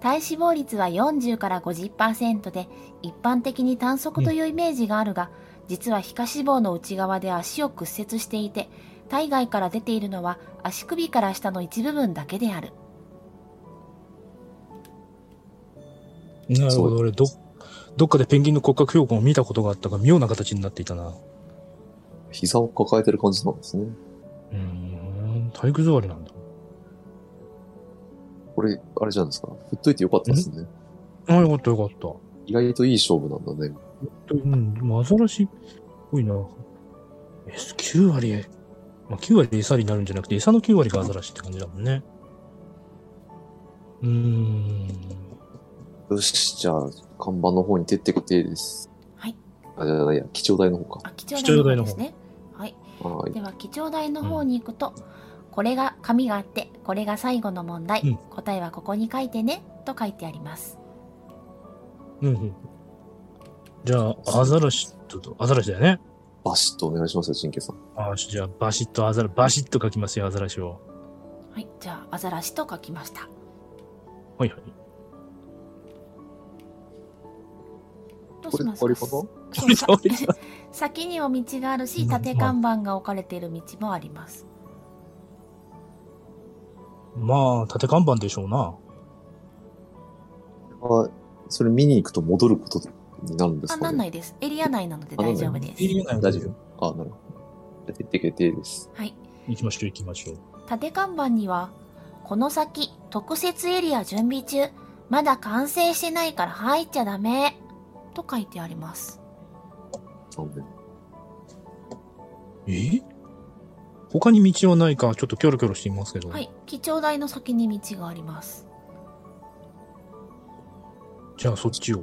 Speaker 1: 体脂肪率は40から50%で、一般的に短足というイメージがあるが、実は皮下脂肪の内側で足を屈折していて、体外から出ているのは足首から下の一部分だけである。
Speaker 2: なるほ
Speaker 3: そ
Speaker 2: ど。俺、ど、どっかでペンギンの骨格標本を見たことがあったが、妙な形になっていたな。
Speaker 3: 膝を抱えてる感じなんですね。
Speaker 2: うーん。体育座りなんだ。
Speaker 3: これ、あれじゃないですか。振っといてよかったですね。
Speaker 2: あ、よかったよかった。
Speaker 3: 意外といい勝負なんだね。
Speaker 2: うん、でもアザラシっぽいな。え、9割、まあ、9割餌になるんじゃなくて、餌の9割がアザラシって感じだもんね。うーん。
Speaker 3: よし、じゃあ、看板の方に出てきてです。
Speaker 1: はい。
Speaker 3: あ、じゃないや、基調台の方か。
Speaker 1: あ、貴重台の方で
Speaker 2: 貴重台の方
Speaker 1: すね。はい。
Speaker 3: はい。
Speaker 1: では基調台の方に行くと、これが紙があってこれが最後の問題、
Speaker 2: うん
Speaker 1: 答えはここに書いてねと書いてあります
Speaker 2: うんうん。じゃあ、アザラシと、アザラシだよね。
Speaker 3: バシッとお願いしますよ、神経さん。
Speaker 2: あーじゃあ、バシッとアザラ、バシッと書きますよ、アザラシを。
Speaker 1: はいじゃあアザラシと書きました
Speaker 2: はいはい。
Speaker 1: どうし
Speaker 3: これ、
Speaker 1: ます
Speaker 3: あれかな
Speaker 1: そうさ
Speaker 2: これ終わ
Speaker 1: 先にも道があるし
Speaker 2: うん
Speaker 1: 縦看板が置かれている道もあります、
Speaker 2: まあ、縦看板でしょうな。
Speaker 3: あ、それ見に行くと戻ることになるんです
Speaker 1: あ
Speaker 3: か、ね、
Speaker 1: なんないですエリア内なので大丈夫です
Speaker 2: エリア内
Speaker 3: 大丈夫。あ、なるほど。出てきてです。
Speaker 1: はい
Speaker 2: 行きましょう、行きましょう。
Speaker 1: 縦看板には「この先特設エリア準備中まだ完成してないから入っちゃダメ」と書いてあります
Speaker 3: なんで。
Speaker 2: え他に道はないか、ちょっとキョロキョロしてみますけど。
Speaker 1: はい基調台の先に道があります
Speaker 2: じゃあ、そっちを。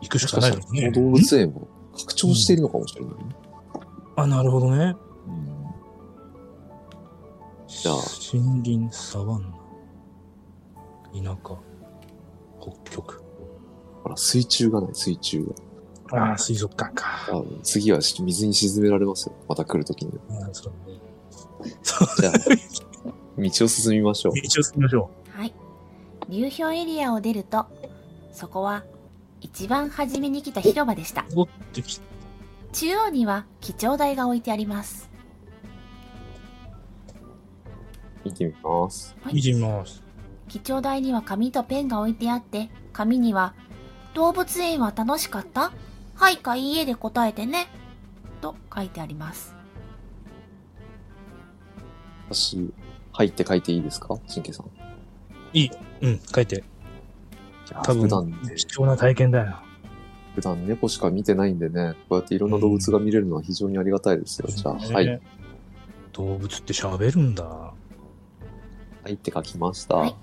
Speaker 2: 行くしかないですね。
Speaker 3: 動物園を拡張しているのかもしれない、ね
Speaker 2: あ、なるほどね。
Speaker 3: ゃあ
Speaker 2: 森林、サバンナ、田舎、北極。
Speaker 3: ほら、水中がない、水中が。
Speaker 2: ああ、水族館か。
Speaker 3: あ次はし水に沈められますよ。また来るときに。
Speaker 2: うんそうだね
Speaker 3: じゃあ、道を進みましょう。
Speaker 2: 道を進みましょ
Speaker 1: はい。流氷エリアを出ると、そこは一番初めに来た広場でした。
Speaker 2: う。戻ってき
Speaker 1: 中央には基調台が置いてあります。
Speaker 3: 見てみます。
Speaker 1: はい
Speaker 2: 見てみます。
Speaker 1: 基調台には紙とペンが置いてあって、紙には、動物園は楽しかったはいかいいえで答えてね。と書いてあります。
Speaker 3: 私、入って書いていいですか神経さん。
Speaker 2: うん、書いて。
Speaker 3: いや
Speaker 2: 多分
Speaker 3: 普段ね、
Speaker 2: 貴重な体験だよ。
Speaker 3: 普段猫しか見てないんでね、こうやっていろんな動物が見れるのは非常にありがたいですよ。じゃあ、はい。
Speaker 2: ね。動物って喋るんだ。
Speaker 3: はいって書きました。
Speaker 1: はい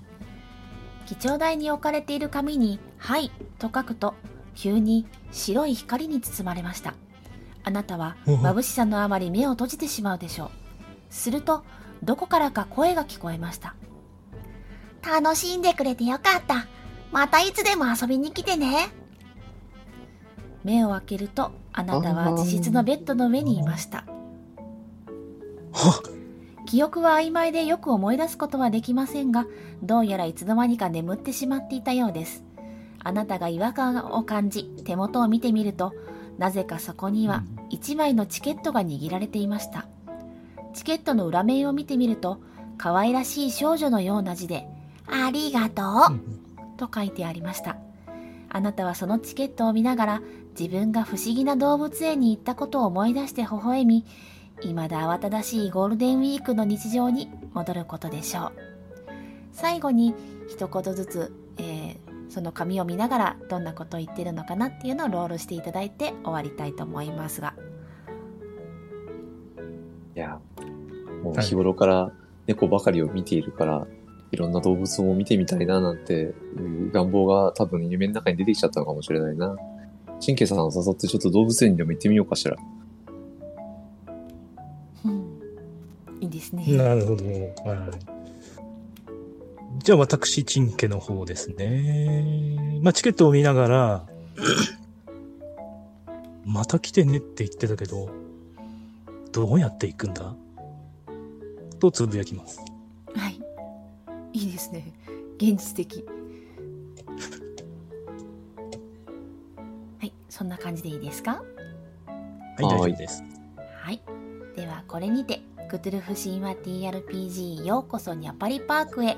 Speaker 1: 基調台に置かれている紙に「はい」と書くと急に白い光に包まれましたあなたは
Speaker 2: うん
Speaker 1: 眩しさのあまり目を閉じてしまうでしょうするとどこからか声が聞こえました楽しんでくれてよかったまたいつでも遊びに来てね目を開けるとあなたは自室のベッドの上にいました
Speaker 2: は
Speaker 1: 記憶は曖昧でよく思い出すことはできませんがどうやらいつの間にか眠ってしまっていたようですあなたが違和感を感じ手元を見てみるとなぜかそこには1枚のチケットが握られていましたチケットの裏面を見てみると可愛らしい少女のような字で「ありがとう」と書いてありましたあなたはそのチケットを見ながら自分が不思議な動物園に行ったことを思い出して微笑み未だ慌ただしいゴールデンウィークの日常に戻ることでしょう最後に一言ずつ、えーその紙を見ながらどんなことを言ってるのかなっていうのをロールしていただいて終わりたいと思いますが
Speaker 3: いや、もう日頃から猫ばかりを見ているから、いろんな動物も見てみたいななんていう願望が多分夢の中に出てきちゃったのかもしれないな。神経さんを誘ってちょっと動物園にでも行ってみようかしら。
Speaker 1: うん
Speaker 5: ですね。
Speaker 2: なるほど。はい。じゃあ私、チンケの方ですね。まあ、チケットを見なが ら、また来てねって言ってたけど、どうやって行くんだとつぶやきます。
Speaker 5: はい。いいですね。現実的。
Speaker 1: はい、そんな感じでいいですか
Speaker 2: はい、大丈夫です。
Speaker 1: はい。ではこれにて、クトゥルフ神話 TRPG ようこそニャパリパークへ、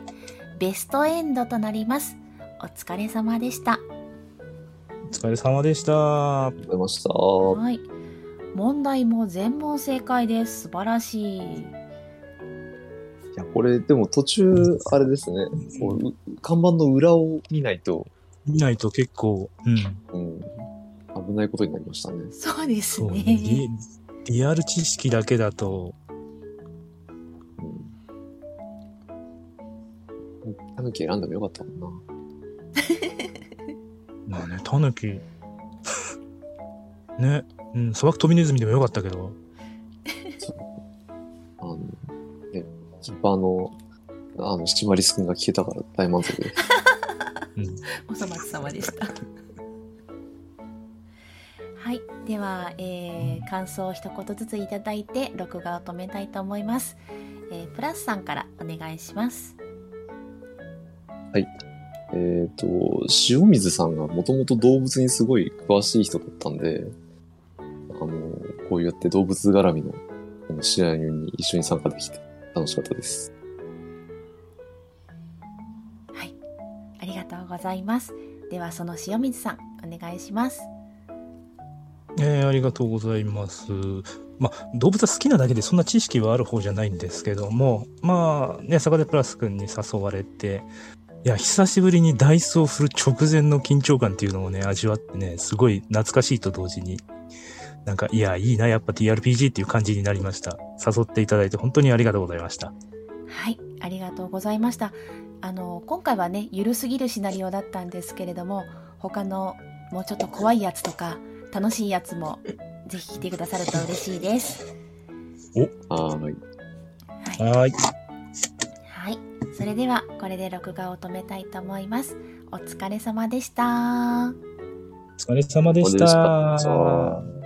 Speaker 1: ベストエンドとなります。お疲れ様でした。
Speaker 2: お疲れ様でした。
Speaker 3: りがとうございました。
Speaker 1: はい。問題も全問正解です。素晴らしい。
Speaker 3: いや、これ、でも途中、あれですね。こうう看板の裏を見ないと、
Speaker 2: 見ないと結構、うん。
Speaker 3: うん、危ないことになりましたね。
Speaker 5: そうです
Speaker 2: そうね。リ
Speaker 5: ね。
Speaker 2: リアル知識だけだと、
Speaker 3: うん。タヌキ選んでもよかったもんな。
Speaker 2: まあね、タヌキ。 ね、うん、砂漠飛びネズミでもよかったけど。
Speaker 3: あの、ね、キーパーの、あの、シマリス君が聞けたから大満 足で。
Speaker 2: うん
Speaker 5: おそ松様で した。
Speaker 1: はい。では、えー、感想を一言ずついただいて、録画を止めたいと思います。えー、プラスさんからお願いします。
Speaker 3: えっ、と、塩水さんがもともと動物にすごい詳しい人だったんで、あの、こうやって動物絡みのあの試合に一緒に参加できて楽しかったです。
Speaker 1: はい。ありがとうございます。では、その塩水さん、お願いします。
Speaker 2: えーありがとうございます。まあ、動物は好きなだけでそんな知識はある方じゃないんですけども、まあ、ね、坂出プラス君に誘われて、いや、久しぶりにダイスを振る直前の緊張感っていうのをね、味わってね、すごい懐かしいと同時に、なんか、いや、いいな、やっぱ TRPG っていう感じになりました。誘っていただいて本当にありがとうございました。
Speaker 1: はい、ありがとうございました。あの今回はね、ゆるすぎるシナリオだったんですけれども、他のもうちょっと怖いやつとか楽しいやつもぜひ来てくださると嬉しい です。
Speaker 3: はーい。
Speaker 1: はい、
Speaker 2: はーい。
Speaker 1: はい、それではこれで録画を止めたいと思います。お疲れ様でした。
Speaker 2: お疲れ様でし
Speaker 3: お疲れ様で
Speaker 2: た
Speaker 3: し。た